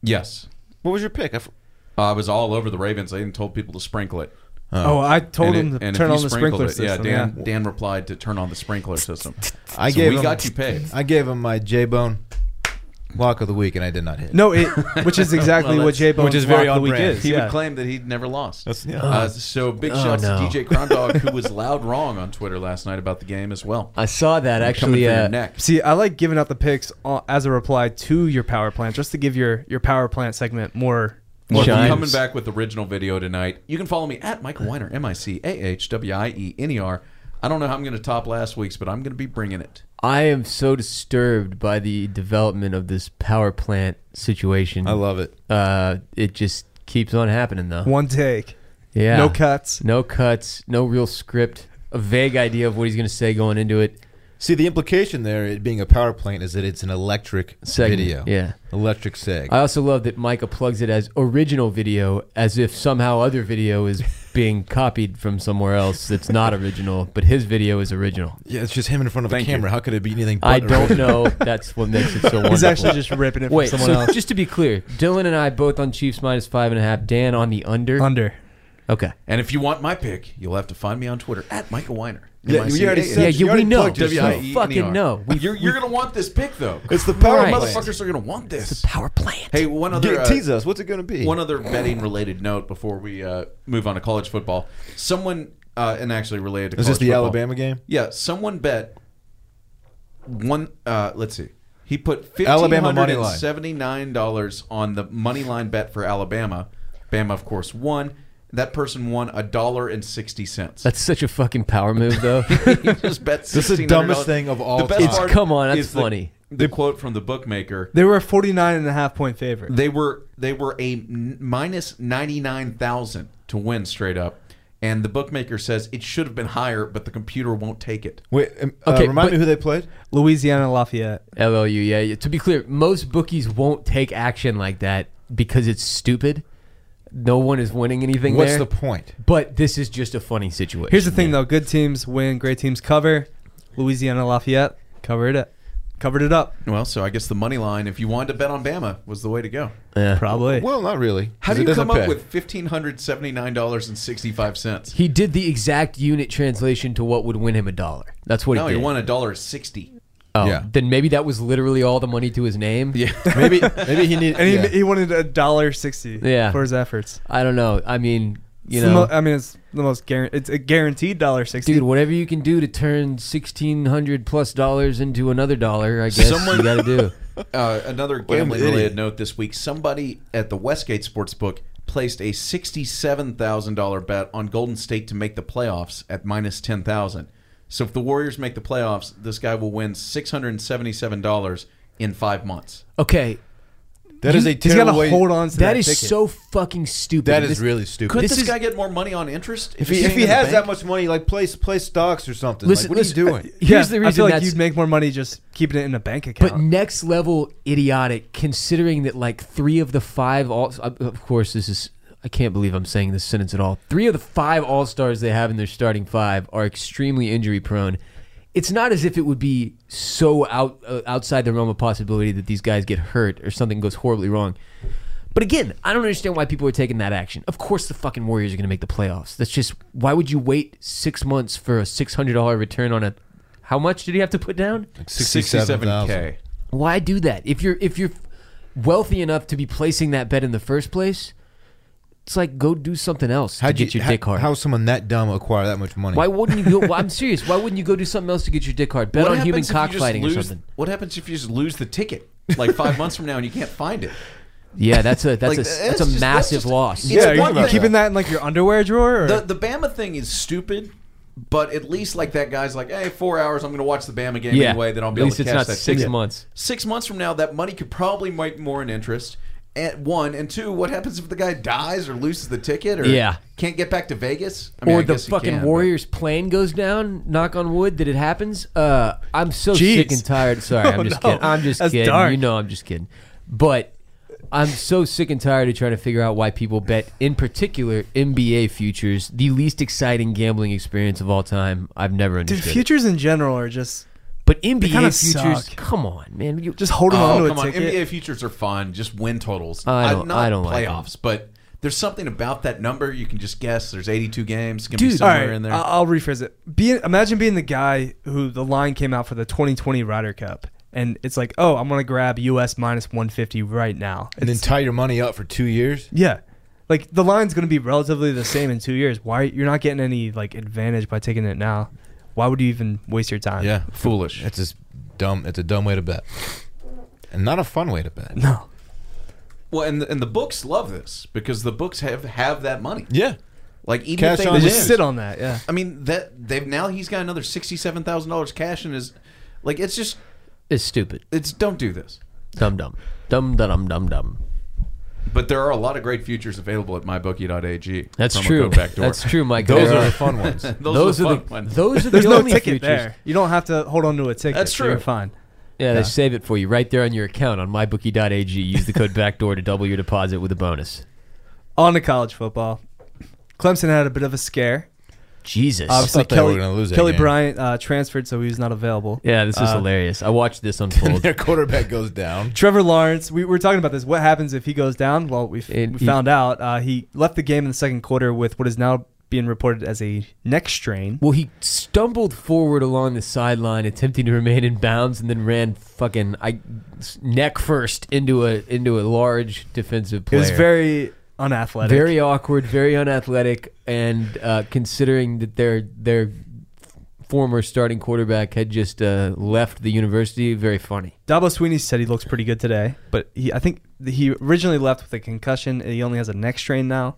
Yes,
What was your pick? I f-
I was all over the Ravens. I even told people to sprinkle it.
Oh, I told
And
him
it-
to
and if
turn
you
on the
sprinkle
sprinkler
it-
system.
Yeah, Dan. Dan replied to turn on the sprinkler system.
I
So
gave
we
him,
got you pegged.
I gave him my J Bone lock of the week, and I did not hit.
No, it which is exactly
Well,
what
that's-
J Bone
which is very
the
on
week
brand.
is.
He
yeah.
would claim that he'd never lost.
That's- yeah.
Uh, so big
Oh,
shots
no.
to DJ Crown Dog, who was loud wrong on Twitter last night about the game as well.
I saw that actually.
Coming for
Uh,
your neck.
See, I like giving out the picks o- as a reply to your power plant, just to give your your power plant segment more.
Well,
more
Shine.
I'm
views.
coming back with original video tonight. You can follow me at Michael Weiner, M I C A H W I E N E R. I don't know how I'm going to top last week's, but I'm going to be bringing it.
I am so disturbed by the development of this power plant situation.
I love it.
Uh, it just keeps on happening though.
One take,
yeah.
no cuts.
No cuts. No real script. A vague idea of what he's going to say going into it.
See, the implication there, it being a power plant, is that it's an electric
Segment,
video.
yeah.
Electric seg.
I also love that Micah plugs it as original video, as if somehow other video is being copied from somewhere else that's not original, but his video is original.
yeah, it's just him in front of
Thank
a
you.
camera. How could it be anything but
I don't
original?
know. That's what makes it so wonderful.
He's actually just ripping it from
Wait,
someone
so
else.
just to be clear, Dylan and I both on Chiefs minus five and a half. Dan on the under.
Under.
Okay.
And if you want my pick, you'll have to find me on Twitter at Michael Weiner.
Yeah, you already
M-I-C-A-H.
said-
yeah,
you
you, we
already
know.
plugged
We
E
yourself. E
fucking know. We,
you're you're going to want this pick, though.
It's the power
Right.
plant.
Motherfuckers are going to want
it's
this.
a power plant.
Hey, one other.
Get,
uh,
tease us. What's it going to be?
One other betting related note before we uh, move on to college football. Someone, uh, and actually related to
is this
college
the
football.
Alabama game?
Yeah, someone bet one. Uh, let's see. He put
Alabama money line.
$1,579 on the money line bet for Alabama. Bama, of course, won. That person won a dollar and sixty cents.
That's such a fucking power move, though.
he just bet.
This is the dumbest
$1,600.
thing of all
The best
time.
part
Come on, that's
is the-
funny.
The quote from the bookmaker
They were a 49 and a half point favorite.
They were they were a n- minus ninety nine thousand to win straight up. And the bookmaker says it should have been higher, but the computer won't take it.
Wait, um, uh,
Okay,
remind
but-
me who they played.
Louisiana Lafayette.
LLU, yeah, yeah. To be clear, most bookies won't take action like that because it's stupid. No one is winning anything
What's
there.
the point?
but this is just a funny situation.
Here's the thing, though: good teams win, great teams cover. Louisiana Lafayette covered it, covered it up.
Well, so I guess the money line, if you wanted to bet on Bama, was the way to go.
Yeah.
Probably.
Well, not really.
How
'cause
do
it
you
doesn't
come up
pay.
with fifteen hundred seventy nine dollars and sixty five cents?
He did the exact unit translation to what would win him a dollar. That's what
No,
he
you
did.
won a dollar sixty.
oh,
Yeah.
Then maybe that was literally all the money to his name.
Yeah.
maybe maybe he needed.
and he,
yeah.
he wanted a dollar sixty
Yeah.
for his efforts.
I don't know. I mean, you
It's the mo-
know,
I mean, it's the most guaran- it's a guaranteed dollar sixty.
dude, whatever you can do to turn sixteen hundred plus dollars into another dollar, I guess you
Someone-
got to do.
Uh, another
an
gambling related
idiot.
note this week: somebody at the Westgate Sportsbook placed a sixty-seven thousand dollar bet on Golden State to make the playoffs at minus ten thousand. So if the Warriors make the playoffs, this guy will win six hundred seventy-seven dollars in five months.
Okay,
that is a
He's got to
terrible way.
hold on to that.
that is
ticket.
so fucking stupid.
That
And
is
this-
really stupid.
Could
This
this,
is-
guy get more money on interest?
if he,
it's
if he
in the
has that
bank?
much money, like play play stocks or something.
Listen,
like, what
listen,
are you doing?
Yeah,
Here's the
I
reason
feel like
that's-
you'd make more money just keeping it in a bank account.
But next level idiotic, considering that like three of the five all. uh, Of course, this is. I can't believe I'm saying this sentence at all. Three of the five all stars they have in their starting five are extremely injury prone. It's not as if it would be so out uh, outside the realm of possibility that these guys get hurt or something goes horribly wrong. But again, I don't understand why people are taking that action. Of course, the fucking Warriors are going to make the playoffs. That's just why would you wait six months for a six hundred dollar return on a? How much did he have to put down?
67,000.
k.
why do that if you're if you're wealthy enough to be placing that bet in the first place it's like go do something else
How'd
to get
you-
your
how-
dick hard
How someone that dumb acquire that much money?
why wouldn't you go well, i'm serious why wouldn't you go do something else to get your dick hard bet
What
on human
happens if you just
cockfighting or
lose-
something
What happens if you just lose the ticket like five months from now and you can't find it?
yeah that's a that's
Like,
a
that's
that's, a
just- that's
massive
just-
loss
Yeah,
yeah,
it's
you-
one
you
thing.
keeping that in like your underwear drawer? Or?
The the Bama thing is stupid, but at least like that guy's like, hey, four hours, I'm going to watch the Bama game
Yeah.
anyway. Then I'll be
At
able
least
to
it's
catch
not
that
six
ticket.
months.
Six months from now, that money could probably make more in interest. At one and two, what happens if the guy dies or loses the ticket or
Yeah.
can't get back to Vegas? I mean,
or
I
the
guess he
fucking
can, but-
warriors plane goes down knock on wood that it happens uh i'm so
Jeez.
sick and tired sorry i'm
Oh,
just
no.
kidding i'm just
That's
kidding
dark.
you know i'm just kidding but i'm so sick and tired of trying to figure out why people bet in particular nba futures the least exciting gambling experience of all time i've never
Dude,
understood it.
futures in general are just
but nba
kinda
futures
suck.
come on man you,
just holding
Oh,
on to
come
a
on.
ticket.
NBA futures are fun. Just win totals.
I don't-
I'm not
I don't like them.
playoffs, but there's something about that number you can just guess. There's 82 games. It can be
Dude, all
somewhere
right,
in there.
Uh,
I- I'll rephrase it. Being, imagine being the guy who the line came out for the 2020 Ryder Cup, and it's like, oh, I'm gonna grab US minus 150 right now.
and then
It's-
tie your money up for two years.
yeah, like the line's gonna be relatively the same in two years. Why you're not getting any like advantage by taking it now? Why would you even waste your time?
Yeah,
Foolish.
That's just dumb. It's a dumb way to bet, and not a fun way to bet.
No.
Well, and the, and the books love this because the books have have that money.
Yeah,
Like even
Cash
if they
on
They
It
just
is.
lose,
sit on that. Yeah.
I mean that they've now he's got another sixty seven thousand dollars cash in his. Like it's just
it's stupid
it's don't do this.
dum dum dum dum dum dum
But there are a lot of great futures available at mybookie.ag.
that's
Promo
true
code Backdoor.
that's true mike
those
There
are the fun ones.
those are
fun
the
ones.
those are
There's
the
no
only
ticket
futures.
there. You don't have to hold on to a ticket.
That's
so
true.
You're fine.
Yeah, they save it for you right there on your account on mybookie.ag. Use the code backdoor to double your deposit with a bonus.
On to college football. Clemson had a bit of a scare.
Jesus.
Obviously,
thought they were
Kelly,
gonna lose that
Kelly
game.
Bryant uh, transferred, so he was not available.
yeah, this is
Uh,
hilarious. I watched this unfold.
Their quarterback goes down.
Trevor Lawrence, we were talking about this. What happens if he goes down? Well, we, f-
It-
we
he-
found out. Uh, he left the game in the second quarter with what is now being reported as a neck strain.
well, he stumbled forward along the sideline, attempting to remain in bounds, and then ran fucking I, neck first into a into a large defensive
It
player.
was very unathletic.
very awkward, very unathletic, and uh, considering that their their former starting quarterback had just uh, left the university, very funny.
Dabo Sweeney said he looks pretty good today, but he, I think th- he originally left with a concussion. And he only has a neck strain now.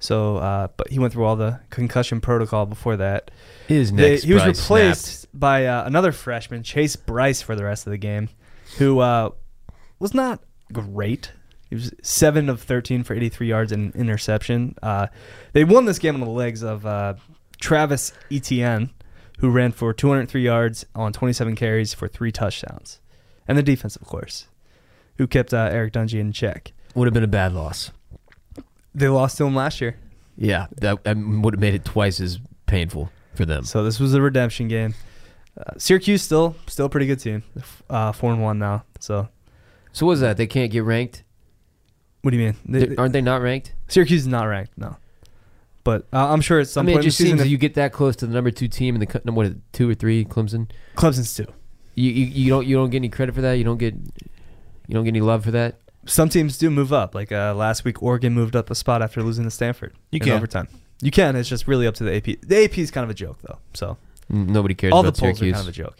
So, uh, but he went through all the concussion protocol before that.
His
They-
next
he was
Bryce
replaced
snapped.
by uh, another freshman, Chase Bryce, for the rest of the game, who uh, was not great. He was seven of thirteen for eighty three yards and an interception. Uh, they won this game on the legs of uh, Travis Etienne, who ran for two hundred three yards on twenty seven carries for three touchdowns, and the defense, of course, who kept uh, Eric Dungy in check.
Would have been a bad loss.
They lost to him last year,
Yeah, that, that would have made it twice as painful for them.
so this was a redemption game. Uh, Syracuse still still a pretty good team, uh, four and one now. So
So what's that? They can't get ranked?
what do you mean? They-
They- aren't they not ranked?
Syracuse is not ranked, no. But uh, I'm sure at some
I mean, it
point in the
just seems
season,
if you get that close to the number two team in the co- what two or three Clemson,
if- Clemson's two.
you, you you don't you don't get any credit for that. You don't get you don't get any love for that.
Some teams do move up. Like uh, last week, Oregon moved up a spot after losing to Stanford
You
in
can.
overtime. You can. It's just really up to the AP. The AP is kind of a joke, though. So
N- Nobody cares
all the
about
polls
Syracuse.
are kind of a joke.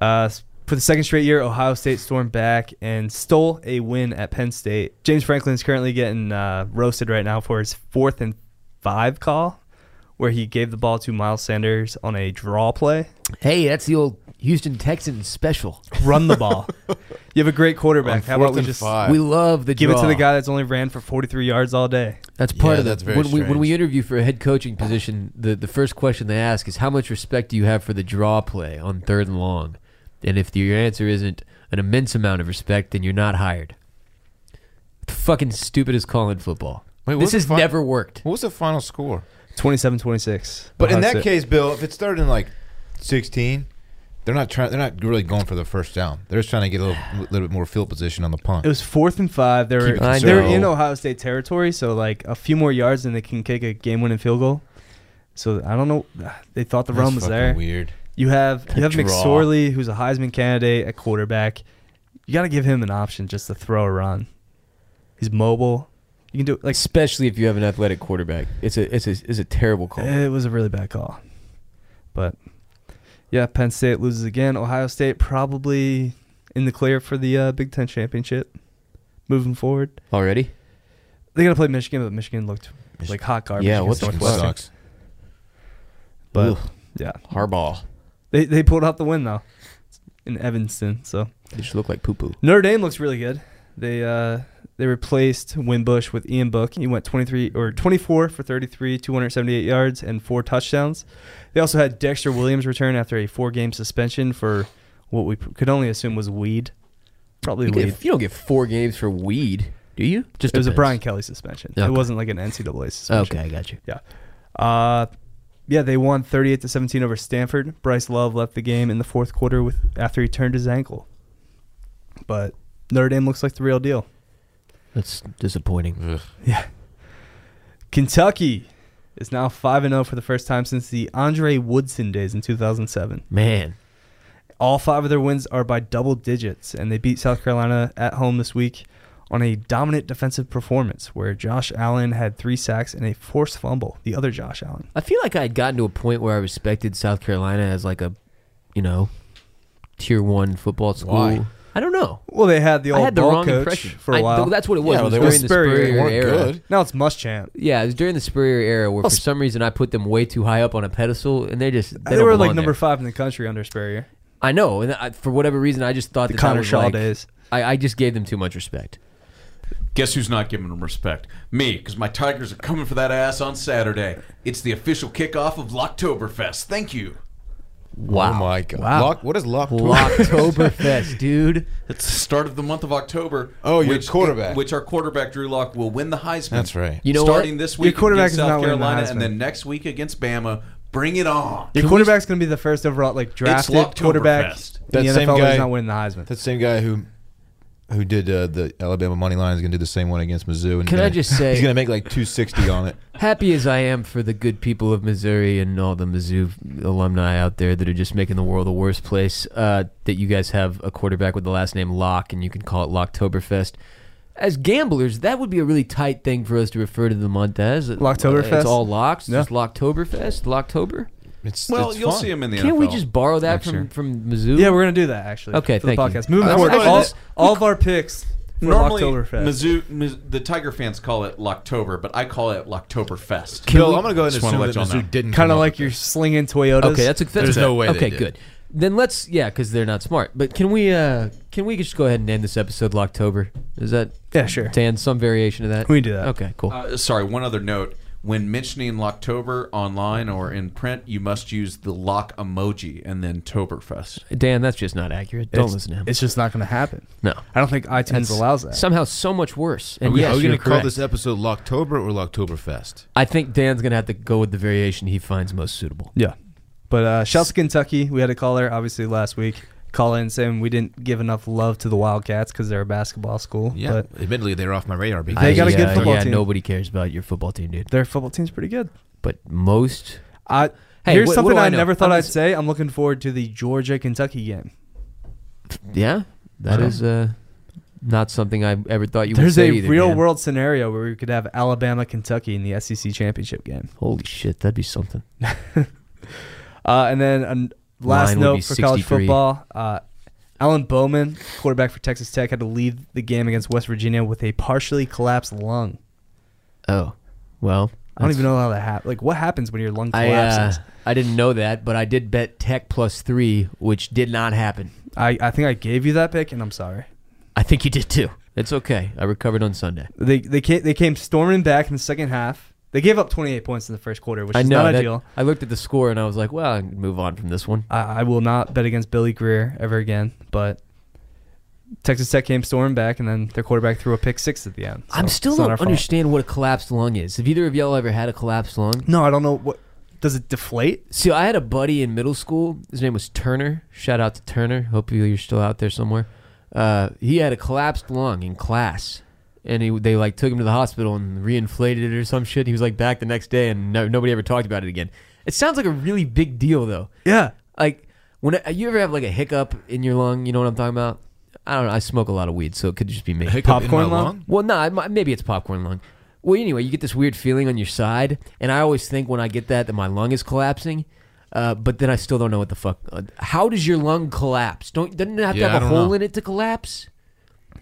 Uh, s- for the second straight year, Ohio State stormed back and stole a win at Penn State. James Franklin's currently getting uh, roasted right now for his fourth and five call, where he gave the ball to Miles Sanders on a draw play.
hey, that's the old Houston Texans special.
run the ball. you have a great quarterback.
On
How about
fourth
we
and
just
five.
We love the
give it to
draw.
the guy that's only ran for 43 yards all day?
That's part
Yeah,
of the,
that's very
when we when we
strange.
interview for a head coaching position, the the first question they ask is how much respect do you have for the draw play on third and long, and if your answer isn't an immense amount of respect, then you're not hired. The fucking stupidest call in football.
Wait, what
this
the
has
fu-
never worked.
What was the final score?
27-26.
But in
Ohio
that
State.
case, Bill, if it started in like 16, they're not trying. They're not really going for the first down. They're just trying to get a little, little bit more field position on the punt.
it was fourth and five. They
Keep it
were
I
they were
know.
in Ohio State territory, so like a few more yards and they can kick a game-winning field goal. So I don't know. They thought the
That's
run was
fucking
there.
Weird.
You have you have
Draw.
McSorley, who's a Heisman candidate at quarterback. You got to give him an option just to throw a run. He's mobile. You can do it. Like
Especially if you have an athletic quarterback, it's a it's a it's a terrible call.
Eh.
It was a really bad call. But yeah, Penn State loses again. Ohio State probably in the clear for the uh, Big Ten championship. Moving forward,
Already,
they got to play Michigan, but Michigan looked
Mich-
like hot garbage.
Yeah,
against
what the
Fucking
fuck?
Northwestern.
sucks.
But
Ugh.
yeah,
Harbaugh.
they they pulled out the win though in Evanston. So
They should look like poo poo.
Notre Dame looks really good. They uh they replaced Winbush with Ian Book. He went 23 or 24 for 33, 278 yards and four touchdowns. They also had Dexter Williams return after a four-game suspension for what we p- could only assume was weed. Probably
You,
weed.
get- you don't get four games for weed, do you? Just
It was a
depends.
Brian Kelly suspension. It
Okay.
wasn't like an NCAA suspension.
Okay, I got you.
Yeah. Uh yeah, they won 38 to 17 over Stanford. Bryce Love left the game in the fourth quarter with after he turned his ankle. But Notre Dame looks like the real deal.
That's disappointing.
Ugh.
Kentucky is now 5 and 0 for the first time since the Andre Woodson days in 2007.
Man,
All five of their wins are by double digits and they beat South Carolina at home this week on a dominant defensive performance where Josh Allen had 3 sacks and a forced fumble, the other Josh Allen.
I feel like I had gotten to a point where I respected South Carolina as like a, you know, tier one football school.
Why?
I don't know.
Well, they had the old
I had the
ball
wrong
coach
impression
for a
I-
while.
that's what it was.
Yeah,
it was
they
during
were
the
Spurrier.
Spurrier
They
weren't
era.
good.
now it's Muschamp.
Yeah, it was during the Spurrier era where
Well,
for
Sp-
some reason I put them way too high up on a pedestal, and they just they,
They,
don't
were
belong
like number
there.
five in the country under Spurrier.
I know, and I, for whatever reason, I just thought
The
that that
Connor
was
Shaw
like-
days.
I, I just gave them too much respect.
Guess who's not giving them respect? Me, because my Tigers are coming for that ass on Saturday. It's the official kickoff of Locktoberfest. Thank you.
Wow.
Oh my god.
Wow.
Lock, what is lock?
Locktoberfest, dude.
It's the start of the month of October.
Oh, your quarterback.
Which our quarterback Drew Lock will win the Heisman.
That's right.
You know
starting
what?
this
Your
week
quarterback
against
is
South
not winning the
Carolina,
Heisman.
and then next week against Bama. Bring it on!
Your quarterback's going to be the first overall like drafted
Locktoberfest.
quarterback.
That
in the
same
NFL
guy-
is not winning the Heisman.
That same guy who who did uh, the Alabama money line is going to do the same one against Mizzou. And
Can I
gonna-
just say-
he's going to make like 260 on it?
Happy as I am for the good people of Missouri and all the Mizzou alumni out there that are just making the world a worse place, uh, that you guys have a quarterback with the last name Locke and you can call it Locktoberfest. As gamblers, that would be a really tight thing for us to refer to the month as. Uh,
Locktoberfest?
It's all locks.
Yeah.
Just Locktoberfest. Locktober.
It's
Well,
it's
you'll
fun.
see him in the
Can't we
NFL.
just borrow that
Next
from,
year.
from Mizzou?
Yeah, we're gonna do that actually.
Okay,
for the
thank you.
podcast. Moving
I'm
forward,
sorry,
all,
this-
all of our picks for
Normally,
Oktoberfest.
Mizzou, Miz, the Tiger fans call it Locktober, but I call it Locktoberfest.
Bill, I'm going to go ahead and
Just wanna
assume
let
that
y'all know.
Mizzou didn't.
Kind
come
of
up
like
with
you're
this.
slinging Toyotas.
Okay, that's a that's
There's
a-
no way they
Okay,
did.
good. Then let's yeah, because they're not smart. But can we uh Can we just go ahead and name this episode Locktober? Is that
Yeah, sure.
Tan some variation of that?
We can do that.
Okay, cool.
Uh, sorry, one other note. When mentioning Locktober online or in print, you must use the lock emoji and then Toberfest.
Dan, that's just not accurate. Don't
it's,
listen to him.
It's just not going to happen.
No.
I don't think iTunes
That's-
allows that.
Somehow so much worse.
Are
And
we,
yes,
are we going
you're
to call
correct.
this episode Locktober or Locktoberfest?
I think Dan's going to have to go with the variation he finds most suitable.
Yeah. But uh, shouts to Kentucky. We had a caller, obviously, last week. Call in saying we didn't give enough love to the Wildcats because they're a basketball school.
Yeah.
But
Admittedly, they're off my radar. Because
They got a
yeah,
good football
uh, yeah,
team.
nobody cares about your football team, dude.
their football team's pretty good.
But most.
I,
Hey,
here's
what- what
something
do I
I,
know?
never thought
I'm
I'd
just-
say. I'm looking forward to the Georgia Kentucky game.
Yeah, that
Sure.
is uh, not something I ever thought you would
There's
say
a
either,
real
Dan.
world scenario where we could have Alabama Kentucky in the SEC championship game.
Holy shit, that'd be something.
Uh, and then an last
Mine would be
note for college
63.
football. Uh, Alan Bowman, quarterback for Texas Tech, had to leave the game against West Virginia with a partially collapsed lung.
Oh, well.
I don't
that's-
even know how that happened. Like, what happens when your lung
I, uh,
collapses?
I didn't know that, but I did bet Tech plus three, which did not happen.
I, I think I gave you that pick, and I'm sorry.
I think you did too. It's okay. I recovered on Sunday.
They they came, they came storming back in the second half. They gave up 28 points in the first quarter, which
I
is
know.
not
that-
ideal.
I looked at the score and I was like, well, I can move on from this one.
I, I will not bet against Billy Greer ever again. But Texas Tech came storming back, and then their quarterback threw a pick six at the end. So
I'm still
it's not our
don't
fault.
understand what a collapsed lung is. Have either of y'all ever had a collapsed lung?
No, I don't know what does it deflate.
See, I had a buddy in middle school. His name was Turner. Shout out to Turner. Hope you- you're still out there somewhere. Uh, he had a collapsed lung in class, and he, they like took him to the hospital and reinflated it or some shit. He was like back the next day, and no, nobody ever talked about it again. It sounds like a really big deal, though.
Yeah,
Like when you ever have like a hiccup in your lung, you know what I'm talking about? I don't know. I smoke a lot of weed, so it could just be me.
Hiccup in my
popcorn lung?
lung?
Well, no, it might- maybe it's popcorn lung. Well, anyway, you get this weird feeling on your side, and I always think when I get that that my lung is collapsing, uh, but then I still don't know what the fuck. Uh, how does your lung collapse? Don't doesn't it have
Yeah,
to
I
have a
don't
hole
know.
in it to collapse?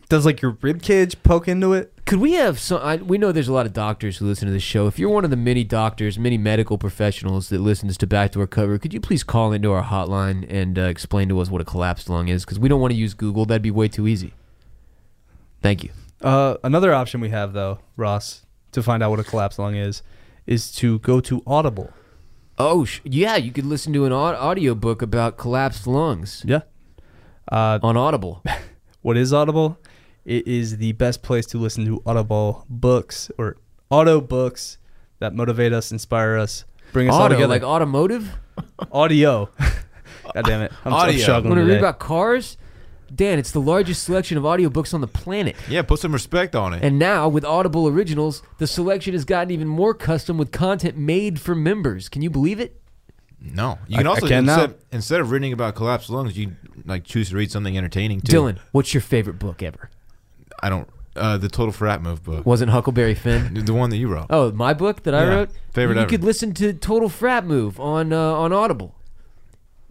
does like your rib cage poke into it?
Could we have some? I, we know there's a lot of doctors who listen to this show. If you're one of the many doctors, many medical professionals that listens to Backdoor Cover, could you please call into our hotline and uh, explain to us what a collapsed lung is? Because we don't want to use Google. That'd be way too easy. Thank you.
Uh, another option we have though, Ross, to find out what a collapsed lung is, is to go to Audible.
Oh, sh- yeah, you could listen to an au- audiobook about collapsed lungs
Yeah. Uh,
on Audible.
what is Audible? It is the best place to listen to Audible books or auto books that motivate us, inspire us, bring us all
Auto,
together.
like automotive?
audio. God damn it! I'm,
Audio.
I'm
Want
struggling
to read
today.
about cars? Dan, it's the largest selection of audiobooks on the planet.
Yeah, put some respect on it.
And now, with Audible Originals, the selection has gotten even more custom with content made for members. Can you believe it?
no, you
I-
can
I
also
cannot.
instead, instead of reading about collapsed lungs, you like choose to read something entertaining too.
Dylan, what's your favorite book ever?
I don't. Uh, the total frat move book,
Wasn't Huckleberry Finn?
the one that you wrote.
Oh, my book that I
Yeah,
wrote.
favorite
You
ever.
could listen to Total Frat Move on uh, on Audible,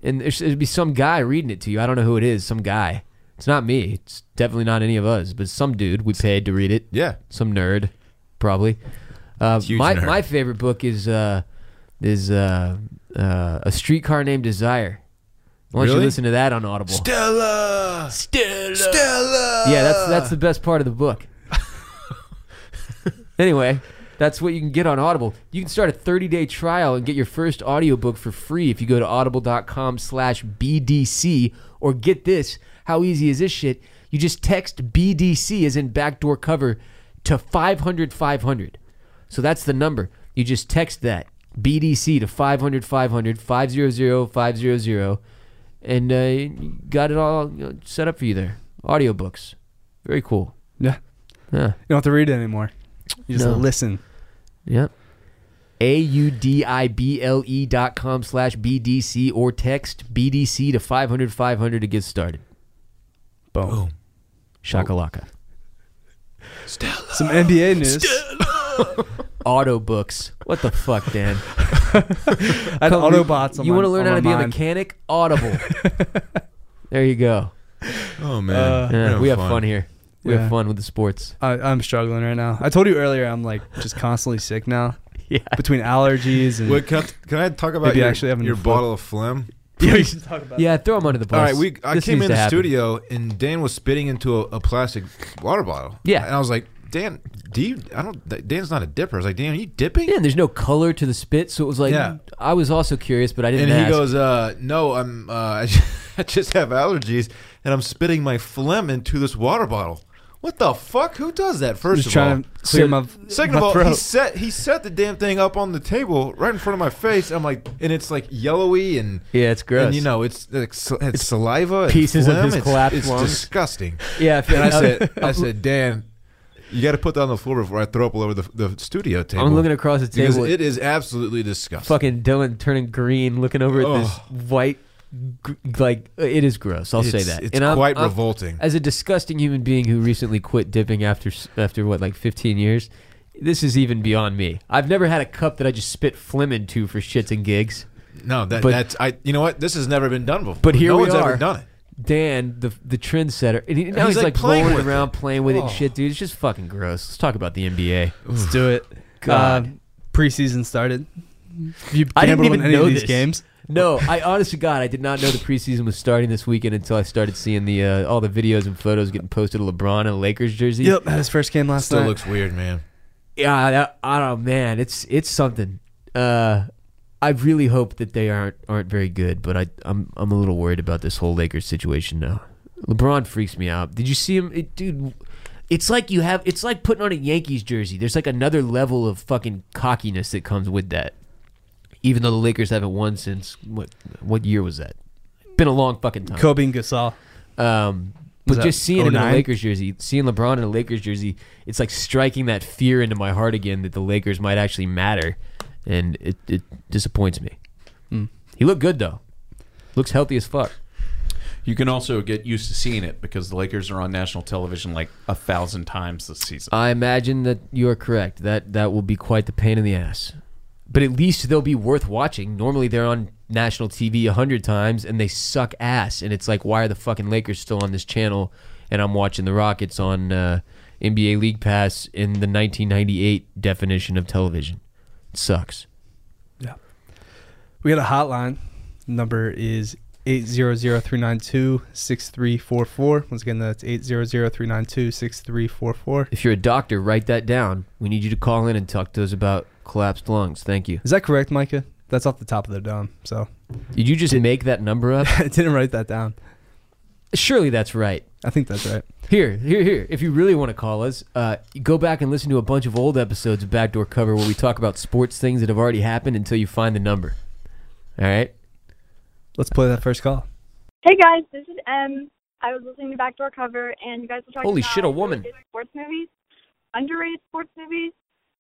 and there's- there'd be some guy reading it to you. I don't know who it is. Some guy. It's not me. It's definitely not any of us. But some dude we paid to read it.
Yeah,
Some nerd, probably. Uh,
Huge
my
nerd.
my favorite book is uh, is uh, uh, a streetcar named Desire. Why don't
Really?
you listen to that on Audible?
Stella, Stella, Stella.
yeah, that's that's the best part of the book. anyway, that's what you can get on Audible. You can start a 30-day trial and get your first audiobook for free if you go to audible.com slash BDC or get this. How easy is this shit? You just text BDC as in backdoor cover to 500 500. So that's the number. You just text that BDC to 500 500 500 500 and uh, you got it all you know, set up for you there. Audiobooks. Very cool.
yeah,
Yeah.
you don't have to read it anymore. You just
No.
listen.
Yep. A U D I B L E dot com slash BDC or text BDC to 500 500 to get started.
Boom.
Shakalaka.
Some NBA news.
Autobooks. What the fuck, Dan?
I had Autobots. On
you
want
to learn how to be a
mind.
mechanic? Audible. there you go.
Oh man,
Uh,
We're
Yeah,
having
we have fun, here. We
Yeah.
have fun with the sports.
I, I'm struggling right now. I told you earlier I'm like just constantly sick now
Yeah.
between allergies and
Wait, can, I, can I talk about
Maybe
your,
actually having
your
fun.
bottle of phlegm?
Yeah, we should talk about
Yeah, throw him under the bus.
All right, we I
This
came
needs
in
to
the
happen.
studio and Dan was spitting into a, a plastic water bottle.
Yeah.
and I was like, Dan, do you? I don't. Dan's not a dipper. I was like, Dan, are you dipping?
Yeah, and there's no color to the spit, so it was like
Yeah.
I was also curious, but I didn't.
And he
ask.
goes, uh, "No, I'm. Uh, I just have allergies, and I'm spitting my phlegm into this water bottle. What the fuck? Who does that? First
Just
of
trying
all,
to clear my-
second
my
of all, he
throat.
set he set the damn thing up on the table right in front of my face. I'm like, and it's like yellowy and
Yeah, it's gross.
And you know, it's it's, it's saliva, and
pieces of
phlegm.
his
it's,
collapsed
It's
lungs.
disgusting.
yeah, if,
And I said, I said, Dan, you got to put that on the floor before I throw up all over the, the studio table.
I'm looking across the
because
table. at
it is absolutely disgusting.
fucking Dylan turning green, looking over at this white, gr- like uh, it is gross. I'll say
It's-
that.
It's
And I'm-
quite
I'm-
revolting.
As a disgusting human being who recently quit dipping after s- after what like 15 years, this is even beyond me. I've never had a cup that I just spit phlegm into for shits and gigs.
No, that,
But-
that's I. You know what? This has never been done before.
But here
no
we
one's
are.
ever done it.
Dan, the the trendsetter, and he, now he's,
He's, like,
like,
playing
rolling
with
around playing with it
Oh.
and shit, dude. It's just fucking gross. Let's talk about the NBA.
Let's do it.
God.
Um, preseason started. Have you
I didn't
gambled
even
on any
know
of these
this.
games?
No, I honest to God, I did not know the preseason was starting this weekend until I started seeing the uh, all the videos and photos getting posted of LeBron in a Lakers jersey.
Yep, had his first game last
Still
night.
looks weird, man.
Yeah, that, I don't. Man, it's it's something. Uh, I really hope that they aren't aren't very good, but I I'm I'm a little worried about this whole Lakers situation now. LeBron freaks me out. Did you see him, it, dude? It's like you have. It's like putting on a Yankees jersey. There's like another level of fucking cockiness that comes with that. Even though the Lakers haven't won since what what year was that? Been a long fucking time.
Kobe and Gasol.
Um,
Was
but
that
just seeing him in
09?
a Lakers jersey, seeing LeBron in a Lakers jersey, it's like striking that fear into my heart again that the Lakers might actually matter, and it, it disappoints me.
Mm.
He looked good though, looks healthy as fuck.
You can also get used to seeing it because the Lakers are on national television like a thousand times this season.
Uh,
I imagine that you are correct. That that will be quite the pain in the ass, but at least they'll be worth watching. Normally they're on national TV a hundred times and they suck ass, and it's like why are the fucking Lakers still on this channel? And I'm watching the Rockets on uh, NBA League Pass in the 1998 definition of television. It sucks.
We got a hotline. Number is 800-392-6344. Once again, that's 800-392-6344.
If you're a doctor, write that down. We need you to call in and talk to us about collapsed lungs. Thank you.
Is that correct, Micah? That's off the top of the dome. So
Did you just make that number up?
I didn't write that down.
Surely that's right.
I think that's right.
Here, here, here. If you really want to call us, uh, go back and listen to a bunch of old episodes of Backdoor Cover where we talk about sports things that have already happened until you find the number. All right?
Let's play that first call.
Hey guys, this is M. I was listening to Backdoor Cover, and you guys were talking
Holy
about
shit, a woman.
underrated sports movies, underrated sports movies.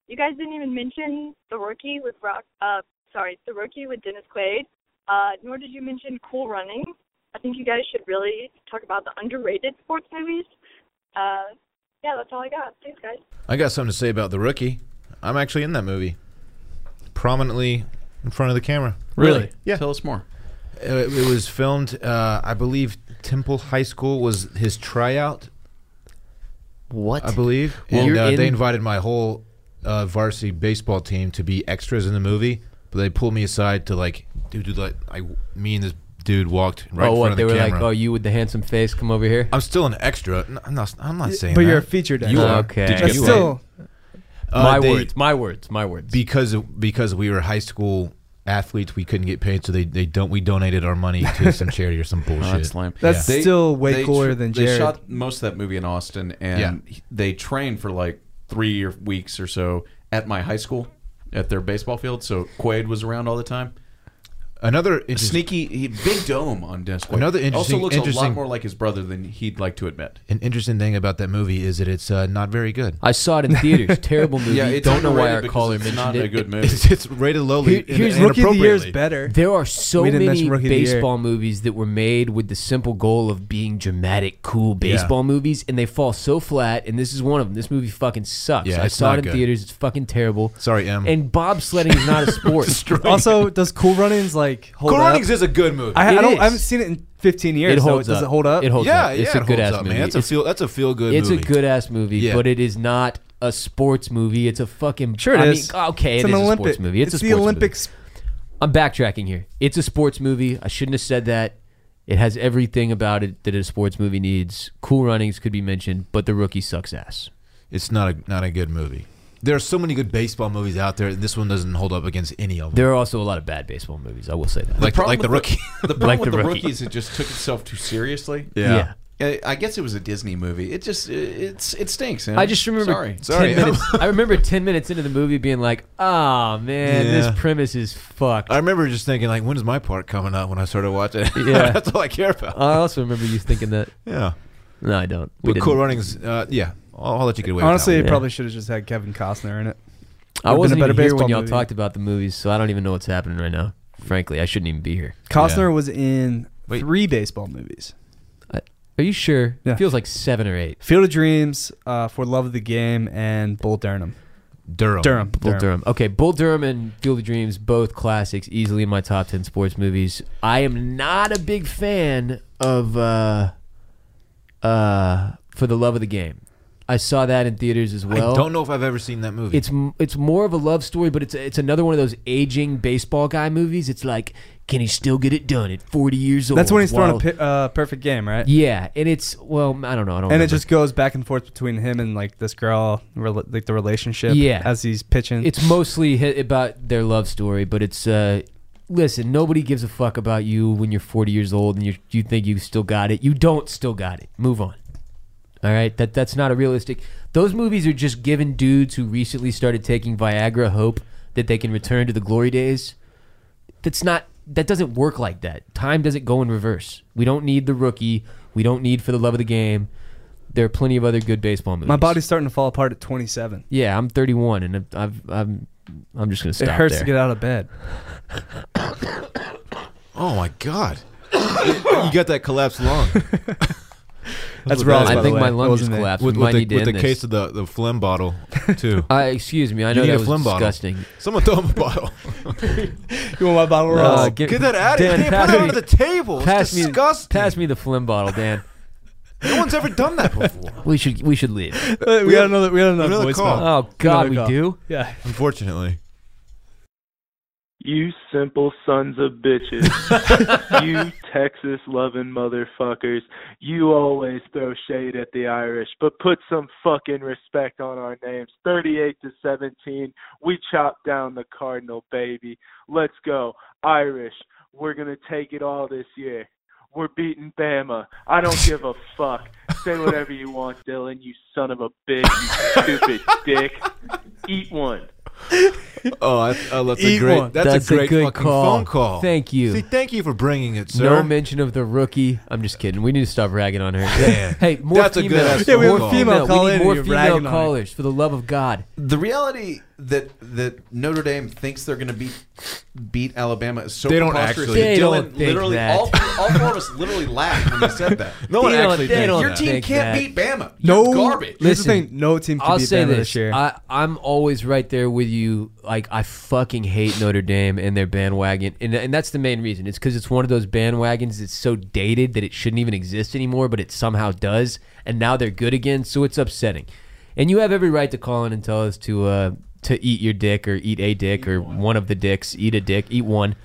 You guys didn't even mention The Rookie with Rock. Uh, sorry, The Rookie with Dennis Quaid. Uh, nor did you mention Cool Running. I think you guys should really talk about the underrated sports movies. Uh, yeah, that's all I got. Thanks, guys.
I got something to say about the rookie. I'm actually in that movie, prominently in front of the camera.
Really?
Yeah.
Tell us more.
Uh, It, it was filmed, uh, I believe, Temple High School was his tryout.
What?
I believe, and
You're
uh,
in-
they invited my whole uh, varsity baseball team to be extras in the movie. But they pulled me aside to like, dude, dude, like, I, me and this dude walked right
oh,
in front
what?
of
They
the
were
camera.
like, oh, you with the handsome face, come over here?
I'm still an extra. No, I'm not. I'm not saying.
but
that.
you're a featured actor.
You are.
Okay.
Did
That's
you-
still
Uh,
my
they-
words, my words, my words.
because because we were high school athletes, we couldn't get paid, so they they don't we donated our money to some charity or some
Oh,
bullshit.
that's lame.
That's still way cooler than
They
Jared.
shot most of that movie in Austin, and he- they trained for like three or weeks or so at my high school at their baseball field. So Quaid was around all the time.
Another interesting,
Sneaky, he big dome on Dennis Quaid.
Another
also
interesting-
looks a
interesting-
lot more like his brother than he'd like to admit.
an interesting thing about that movie is that it's uh, not very good.
I saw it in theaters. Terrible movie.
Yeah, it's
Don't know why
underrated
our
because
caller
it's
mentioned
not
it.
a good movie.
It's, it's rated lowly.
Here-
and-
here's
and
Rookie of the Year is
appropriately.
better.
There are so
We didn't
many
mention Rookie of the Year.
baseball movies that were made with the simple goal of being dramatic, cool baseball movies, and they fall so flat. And this is one of them. This movie fucking sucks.
Yeah,
I
it's
saw
not
it in
good.
theaters. It's fucking terrible.
Sorry, M.
And bobsledding is not a sport.
Also, does Cool Runnings like hold
Cool
up?
Runnings is a good movie.
I, I
It
don't.
is.
I haven't seen it in 15 years.
it
so
holds
does
up.
it hold up?
It holds
yeah,
up.
yeah,
It's a
it
good ass
holds up,
movie.
man. That's a
it's
feel. That's a feel good.
it's a
movie.
good ass movie,
Yeah.
but it is not a sports movie. It's a fucking
Sure it
I
is.
Mean, okay,
it's
it
an
is a
Olympic
sports movie. It's, a
the
sports movie.
Olympics.
I'm backtracking here. It's a sports movie. I shouldn't have said that. It has everything about it that a sports movie needs. Cool Runnings could be mentioned, but The Rookie sucks ass.
It's not a not a good movie. There are so many good baseball movies out there, and this one doesn't hold up against any of them.
There are also a lot of bad baseball movies. I will say that.
like
problem
like the
with
rookie.
The problem
Like
with
the
the,
rookie.
rookies, it just took itself too seriously.
Yeah.
I I guess it was a Disney movie. It just it's it stinks. man.
I just remember
Sorry.
10
Sorry.
minutes. I remember 10 minutes into the movie being like, "Ah, man,
Yeah.
this premise is fucked."
I remember just thinking like, when is my part coming up? When I started watching, it?
Yeah.
that's all I care about.
I also remember you thinking that.
yeah,
No, I don't. We
but Cool
didn't.
Runnings, uh, yeah, I'll, I'll let you get away.
Honestly,
one.
with
it
Yeah.
probably should have just had Kevin Costner in it.
I
Would've
wasn't
been a
even
better
here when
baseball
y'all
movie.
talked about the movies, so I don't even know what's happening right now. Frankly, I shouldn't even be here.
Costner
Yeah.
was in
Wait.
three baseball movies:
Are you sure?
Yeah.
It feels like seven or eight.
Field of Dreams, uh, For Love of the Game, and Bull Durham.
that. Durham.
Durham.
Bull Durham. Okay, Bull Durham and Field of Dreams, both classics, easily in my top 10 sports movies. I am not a big fan of uh, uh, For the Love of the Game. I saw that in theaters as well.
I don't know if I've ever seen that movie.
It's m- it's more of a love story, but it's it's another one of those aging baseball guy movies. It's like, can he still get it done at 40 years old?
That's when he's throwing
While-
a pi- uh, perfect game, right?
Yeah, and it's well, I don't know. I don't.
And
remember.
it just goes back and forth between him and like this girl, rela- like the relationship.
Yeah.
As he's pitching,
it's mostly hi about their love story, but it's uh, listen, nobody gives a fuck about you when you're 40 years old and you you think you still got it. You don't still got it. Move on. All right, that that's not a realistic. Those movies are just giving dudes who recently started taking Viagra hope that they can return to the glory days. That's not. That doesn't work like that. Time doesn't go in reverse. We don't need the rookie. We don't need for the love of the game. There are plenty of other good baseball movies.
my body's starting to fall apart at 27.
Yeah, I'm 31, and I've, I've I'm I'm just gonna stop.
it hurts
there.
to get out of bed.
oh my god, you got that collapsed lung
That's
what that
Ross.
is.
by
I
the
think
way.
my
That
lung
wasn't
just
me.
collapsed.
with,
we
with
might
the,
need to
with
end
the
this.
case of the, the phlegm bottle too.
Uh, excuse me, I know
need
that
a
was
phlegm bottle.
disgusting.
Someone throw him a bottle.
You want my bottle
No,
Ross?
Uh, get-
Get that out of
Dan,
here! Put
pass
it
me-
on the table.
pass
It's
me-
disgusting.
Pass me the phlegm bottle, Dan.
No one's ever done that before.
we should we should leave.
uh, we, got another. We got another,
another
voicemail.
call.
Oh God,
Another
we
call.
do.
Yeah.
Unfortunately,
You simple sons of bitches. you Texas loving motherfuckers. You always throw shade at the Irish, but put some fucking respect on our names. 38 to 17. We chop down the Cardinal, baby. Let's go. Irish, we're going to take it all this year. We're beating Bama. I don't give a fuck. Say whatever you want, Dylan, you son of a bitch, you stupid dick. Eat one.
oh, that's, oh, that's a
Eat
great.
one.
That's,
That's
a
a
great
good
fucking
call.
phone call.
Thank you.
See, thank you for bringing it, sir.
No mention of the rookie. I'm just kidding. We need to stop ragging on her.
Man.
Hey, more
That's a good
females.
ass Yeah, we
have
more
a female
female.
call in
we need
and
more
you're
female
ragging on her.
callers for the love of God.
The reality that that Notre Dame thinks they're going to beat beat Alabama is so
They don't
preposterous.
actually-
They
Dylan
don't think
literally
that.
all, all four of us literally laughed when you said that.
No one
They don't-
actually
they
thinks
don't-
that.
Your team
think
can't
that.
beat Bama.
No
You're garbage.
Here's the
Listen,
thing. No team can
I'll
beat
say
Bama
this.
this year.
I, I'm always right there with you. Like I fucking hate Notre Dame and their bandwagon, and and that's the main reason. It's because it's one of those bandwagons that's so dated that it shouldn't even exist anymore, but it somehow does, and now they're good again. So it's upsetting. And you have every right to call in and tell us to uh, to eat your dick or eat a dick or one. of the dicks, eat a dick, eat one.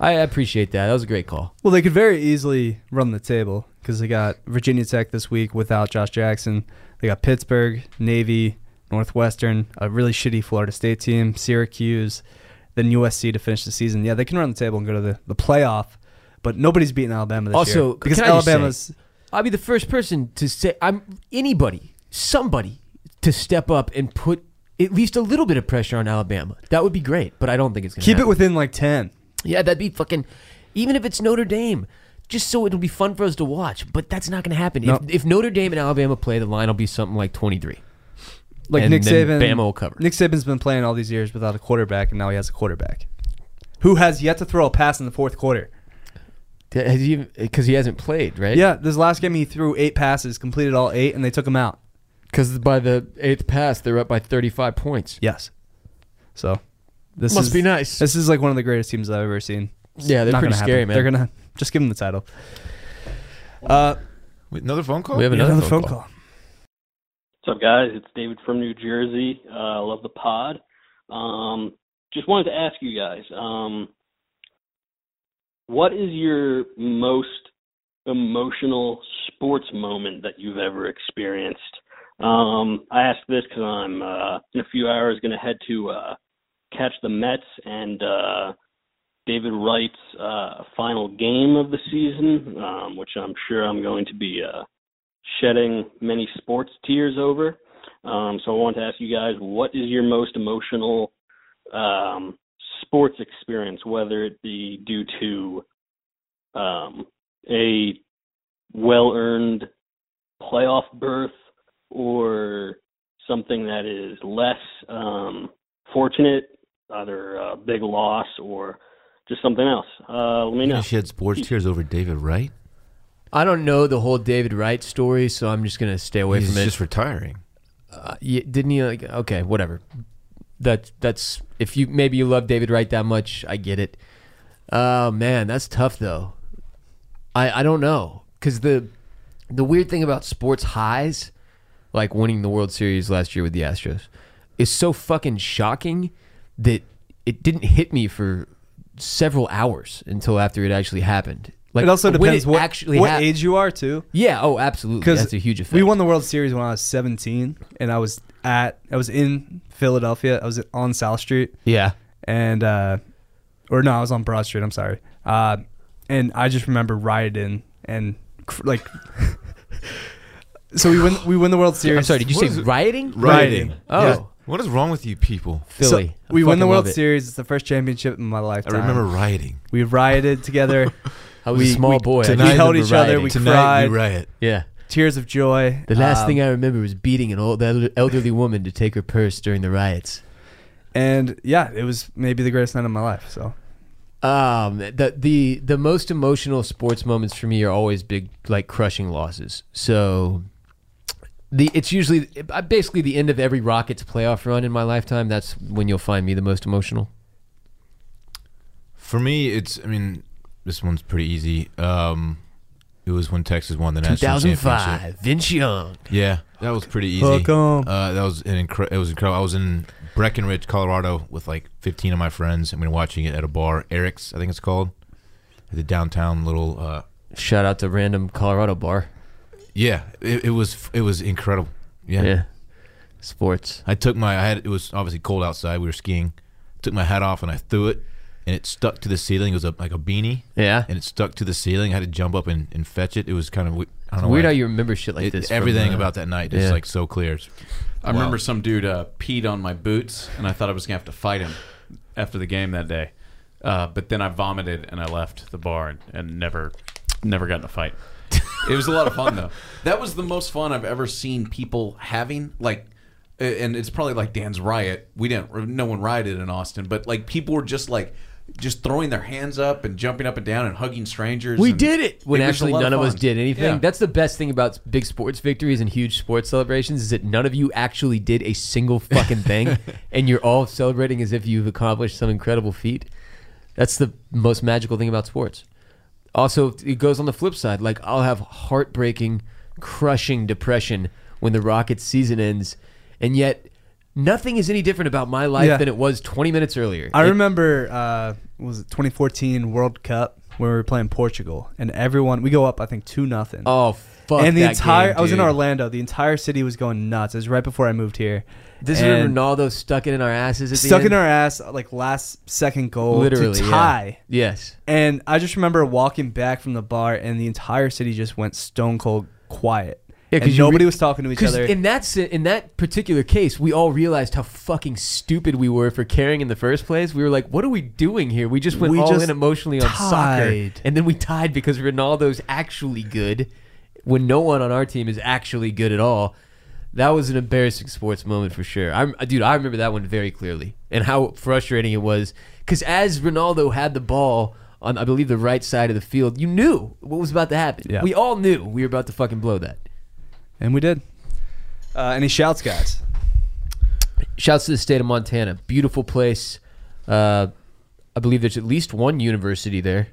I appreciate that. That was a great call.
Well, they could very easily run the table because they got Virginia Tech this week without Josh Jackson. They got Pittsburgh, Navy, Northwestern, a really shitty Florida State team, Syracuse, then USC to finish the season. Yeah, they can run the table and go to the, the playoff, but nobody's beating Alabama this year.
Also,
because
can I just say-
Alabama's
I'll be the first person to say I'm anybody, somebody to step up and put at least a little bit of pressure on Alabama. That would be great, but I don't think it's going to
keep it within like 10.
yeah, that'd be fucking. Even if it's Notre Dame, just so it'll be fun for us to watch. But that's not going to happen.
No.
If, if Notre Dame and Alabama play, the line will be something like twenty three.
Like
And
Nick
then
Saban.
Bama will cover.
Nick Saban's been playing all these years without a quarterback, and now he has a quarterback who has yet to throw a pass in the fourth quarter.
Has he? Because he hasn't played, right?
Yeah, this last game he threw eight passes, completed all eight, and they took him out.
Because by the eighth pass, they're up by thirty five points.
Yes. So this
Must
is,
be nice.
This is like one of the greatest teams I've ever seen.
Yeah, they're
Not
pretty
gonna
scary,
happen.
man.
They're gonna just give them the title. Uh,
Wait, another phone call.
We have
another,
another
phone
phone
call.
What's up, guys? It's David from New Jersey. Uh, love the pod. Um, just wanted to ask you guys. Um, What is your most emotional sports moment that you've ever experienced? Um, I ask this because I'm uh, in a few hours going to head to uh, catch the Mets and uh, David Wright's uh, final game of the season, um, which I'm sure I'm going to be uh, shedding many sports tears over. Um, so I want to ask you guys, what is your most emotional um, sports experience, whether it be due to um, a well-earned playoff berth or something that is less um, fortunate, either a big loss or just something else? Uh, let me know.
You shed sports tears over David Wright.
I don't know the whole David Wright story, so I'm just gonna stay away
He's
from it.
just retiring.
Uh, yeah, didn't he? Like, okay, whatever. That that's if you maybe you love David Wright that much, I get it. Oh man, that's tough though. I I don't know because the the weird thing about sports highs, like winning the World Series last year with the Astros, is so fucking shocking that it didn't hit me for several hours until after it actually happened. Like
it also
when
depends
it
what
actually
what
hap-
age you are too.
Yeah. Oh, absolutely. That's a huge effect.
We won the World Series when I was 17, and I was at I was in Philadelphia. I was on South Street,
Yeah.
and uh, or no, I was on Broad Street. I'm sorry. Uh, and I just remember rioting and cr- like. so we win we win the World Series.
I'm sorry. Did you
What
say
is it?
rioting?
Rioting.
Oh,
Yeah.
What is wrong with you people?
So
Philly. I
we win
fucking
the World
love it.
Series. It's the first championship in my
I
lifetime.
remember rioting.
we rioted together,
I was
We-
a small
we-
boy. I
tonight-
just
held
remember
each other,
rioting.
we
Tonight
cried.
we riot.
yeah.
tears of joy.
The last
Um,
thing I remember was beating an old elder- elderly woman to take her purse during the riots.
and yeah, it was maybe the greatest night of my life. So
Um, the the the most emotional sports moments for me are always big, like crushing losses. So, the it's usually uh, basically the end of every Rockets playoff run in my lifetime. That's when you'll find me the most emotional.
For me, it's. I mean, this one's pretty easy. Um, it was when Texas won the national championship.
2005, Vince Young.
Yeah, that was pretty easy.
Hook 'em.
Uh, that was an incre- it was incredible. I was in Breckenridge, Colorado, with like 15 of my friends, and we were watching it at a bar, Eric's, I think it's called, the downtown little. Uh,
Shout out to random Colorado bar.
yeah, it, it was it was incredible. Yeah.
yeah. sports.
I took my I had it was obviously cold outside. We were skiing. Took my hat off and I threw it, and it stuck to the ceiling. It was a, like a beanie.
Yeah.
and it stuck to the ceiling. I had to jump up and, and fetch it. It was kind of we- I don't know
Weird
why.
how you remember shit like
It-
this. from,
everything
uh,
about that night is
yeah.
like so clear. It's-
I remember some dude uh, peed on my boots, and I thought I was gonna have to fight him after the game that day. Uh, but then I vomited and I left the bar and, and never, never got in a fight. it was a lot of fun though. That was the most fun I've ever seen people having. Like, uh, and it's probably like Dan's riot. We didn't, no one rioted in Austin, but like people were just like, just throwing their hands up and jumping up and down and hugging strangers.
We
and
did it when
was a
actually
lot
none of us
fun.
did anything.
Yeah.
That's the best thing about big sports victories and huge sports celebrations is that none of you actually did a single fucking thing, and you're all celebrating as if you've accomplished some incredible feat. That's the most magical thing about sports. Also, it goes on the flip side. Like I'll have heartbreaking, crushing depression when the Rockets season ends, and yet nothing is any different about my life
Yeah.
than it was 20 minutes earlier.
I
It-
remember uh, what was it 2014 World Cup when we were playing Portugal, and everyone we go up I think two nothing.
oh fuck!
and the
that
entire
game,
I was in
dude.
Orlando. The entire city was going nuts. It was right before I moved here.
This is when
and
Ronaldo stuck it in our asses. At the
stuck in
end?
our ass like last second goal
literally
to
yeah.
tie.
Yes,
And I just remember walking back from the bar, and the entire city just went stone cold quiet.
Yeah, 'cause
and
you
nobody
re-
was talking to each
because
other.
in that si- in that particular case, we all realized how fucking stupid we were for caring in the first place. We were like, "What are we doing here?" We just went
We
all
just
in emotionally on
tied.
soccer, and then we tied because Ronaldo's actually good when no one on our team is actually good at all. That was an embarrassing sports moment for sure. I'm, dude, I remember that one very clearly and how frustrating it was. Because as Ronaldo had the ball on, I believe, the right side of the field, you knew what was about to happen.
Yeah.
We all knew we were about to fucking blow that.
and we did. Uh, any shouts, guys?
Shouts to the state of Montana. Beautiful place. Uh, I believe there's at least one university there,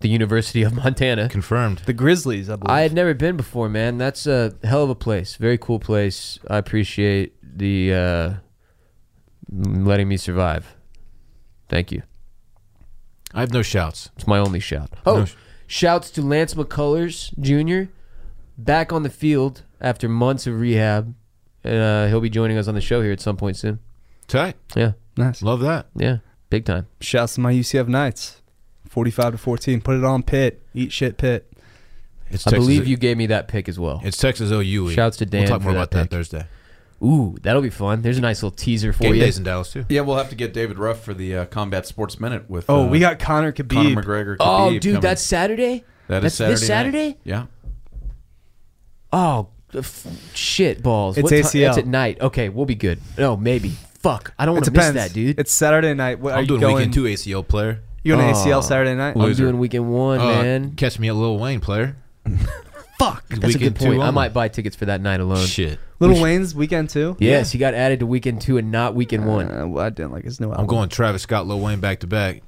the University of Montana.
confirmed.
The Grizzlies, I believe.
I had never been before, man. That's a hell of a place. Very cool place. I appreciate the uh, letting me survive. Thank you.
I have no shouts.
It's my only shout. Oh,
No sh-
shouts to Lance McCullers Jr. back on the field after months of rehab. Uh, he'll be joining us on the show here at some point soon.
Tight.
Yeah,
Nice.
Love that.
yeah, big time.
Shouts to my UCF Knights. 45 to 14. Put it on Pitt. Eat shit, Pitt.
It's
I
Texas,
believe you gave me that pick as well.
It's Texas OU.
Shouts to Dan
We'll talk
for
more
that
about that
pick.
Thursday.
Ooh, that'll be fun. There's a nice little teaser for
Game
you.
days in Dallas too.
Yeah, we'll have to get David Ruff for the uh, Combat Sports Minute with.
Oh,
uh,
we got Connor Khabib.
Conor McGregor.
Oh,
Khabib
dude,
coming.
that's Saturday.
that
that's
is Saturday.
this
Night.
Saturday.
Yeah.
Oh, f- shit balls.
It's
ti-
ACL.
That's at night. Okay, we'll be good. No, maybe. Fuck, I don't
It
want to miss
depends.
that, dude.
It's Saturday night. What, are
I'm
you
doing
going,
weekend two ACL player.
You going to
Oh.
ACL Saturday night?
I'm
loser.
doing weekend one,
Uh,
man.
Catch me at Lil Wayne player.
Fuck, that's a
weekend
good point.
two
I
only.
might buy tickets for that night alone.
Shit.
Little Wayne's weekend two?
Yes, he got added to weekend two and not weekend one.
Uh, well, I didn't like his new album.
I'm going Travis Scott, Lil Wayne back to back.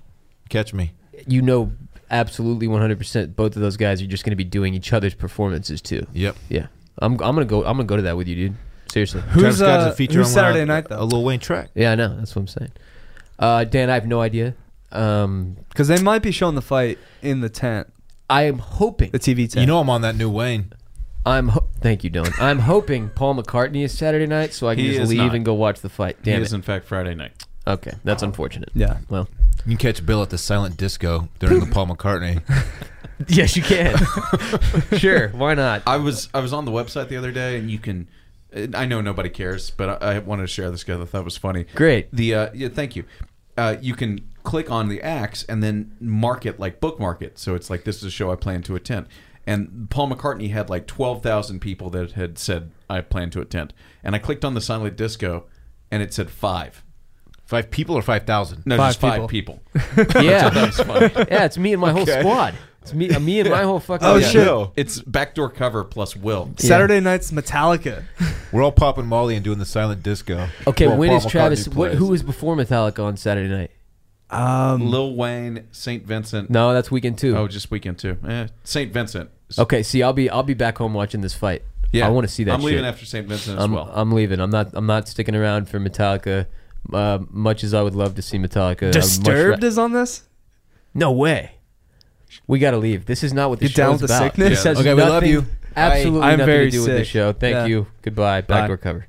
Catch me.
You know, absolutely 100%. Both of those guys are just going to be doing each other's performances too.
Yep.
Yeah, I'm. I'm gonna go. I'm gonna go to that with you, dude. Seriously.
Who's,
Travis Scott's
uh,
a feature
who's
on one
Saturday
of-
night,
A
though?
Lil Wayne track.
Yeah, I know. That's what I'm saying. Uh, Dan, I have no idea. Um,
Because they might be showing the fight in the tent,
I am hoping.
the TV tent.
You know I'm on that new Wayne.
I'm. Ho- Thank you, Dylan. I'm hoping Paul McCartney is Saturday night, so I can
He
just
is
leave
not.
and go watch the fight.
It
Damn
is
it.
in fact, Friday night.
Okay, that's unfortunate.
Yeah.
Well.
You can catch Bill at the silent disco during the Paul McCartney.
Yes, you can. sure. Why not?
I was I was on the website the other day, and you can. and I know nobody cares, but I, I wanted to share this because I thought it was funny.
Great.
The uh, yeah, thank you. Uh, you can click on the axe and then mark it like bookmark it. So it's like this is a show I plan to attend. And Paul McCartney had like twelve thousand people that had said I plan to attend. And I clicked on the silent disco, and it said five.
Five people or five thousand?
No,
Five
just five people.
Yeah.
Funny.
yeah. It's me and my whole squad. It's me. uh, Me and my whole fucking.
Oh,
yeah.
shit.
It's backdoor cover plus Will.
Saturday night's Metallica.
We're all popping Molly and doing the silent disco.
Okay.
while
when
Paul
is Travis?
McCartney
What,
plays.
who is before Metallica on Saturday night?
Lil Wayne, Saint Vincent.
No, that's weekend two.
Oh, just weekend too. Eh, Saint Vincent.
Okay, see, I'll be I'll be back home watching this fight. Yeah, I want to see that.
I'm leaving
shit.
after St. Vincent as
I'm,
well.
I'm leaving. I'm not. I'm not sticking around for Metallica. Uh, much as I would love to see Metallica. I would much
Disturbed
ra-
is on this?
no way. We gotta leave. This is not what the
You down
show's
with the
about.
sickness?
This has
Okay, we love
nothing-
you.
Absolutely
I'm
nothing
very
to do with this
sick.
show. Thank
Yeah.
you. Goodbye. Backdoor cover.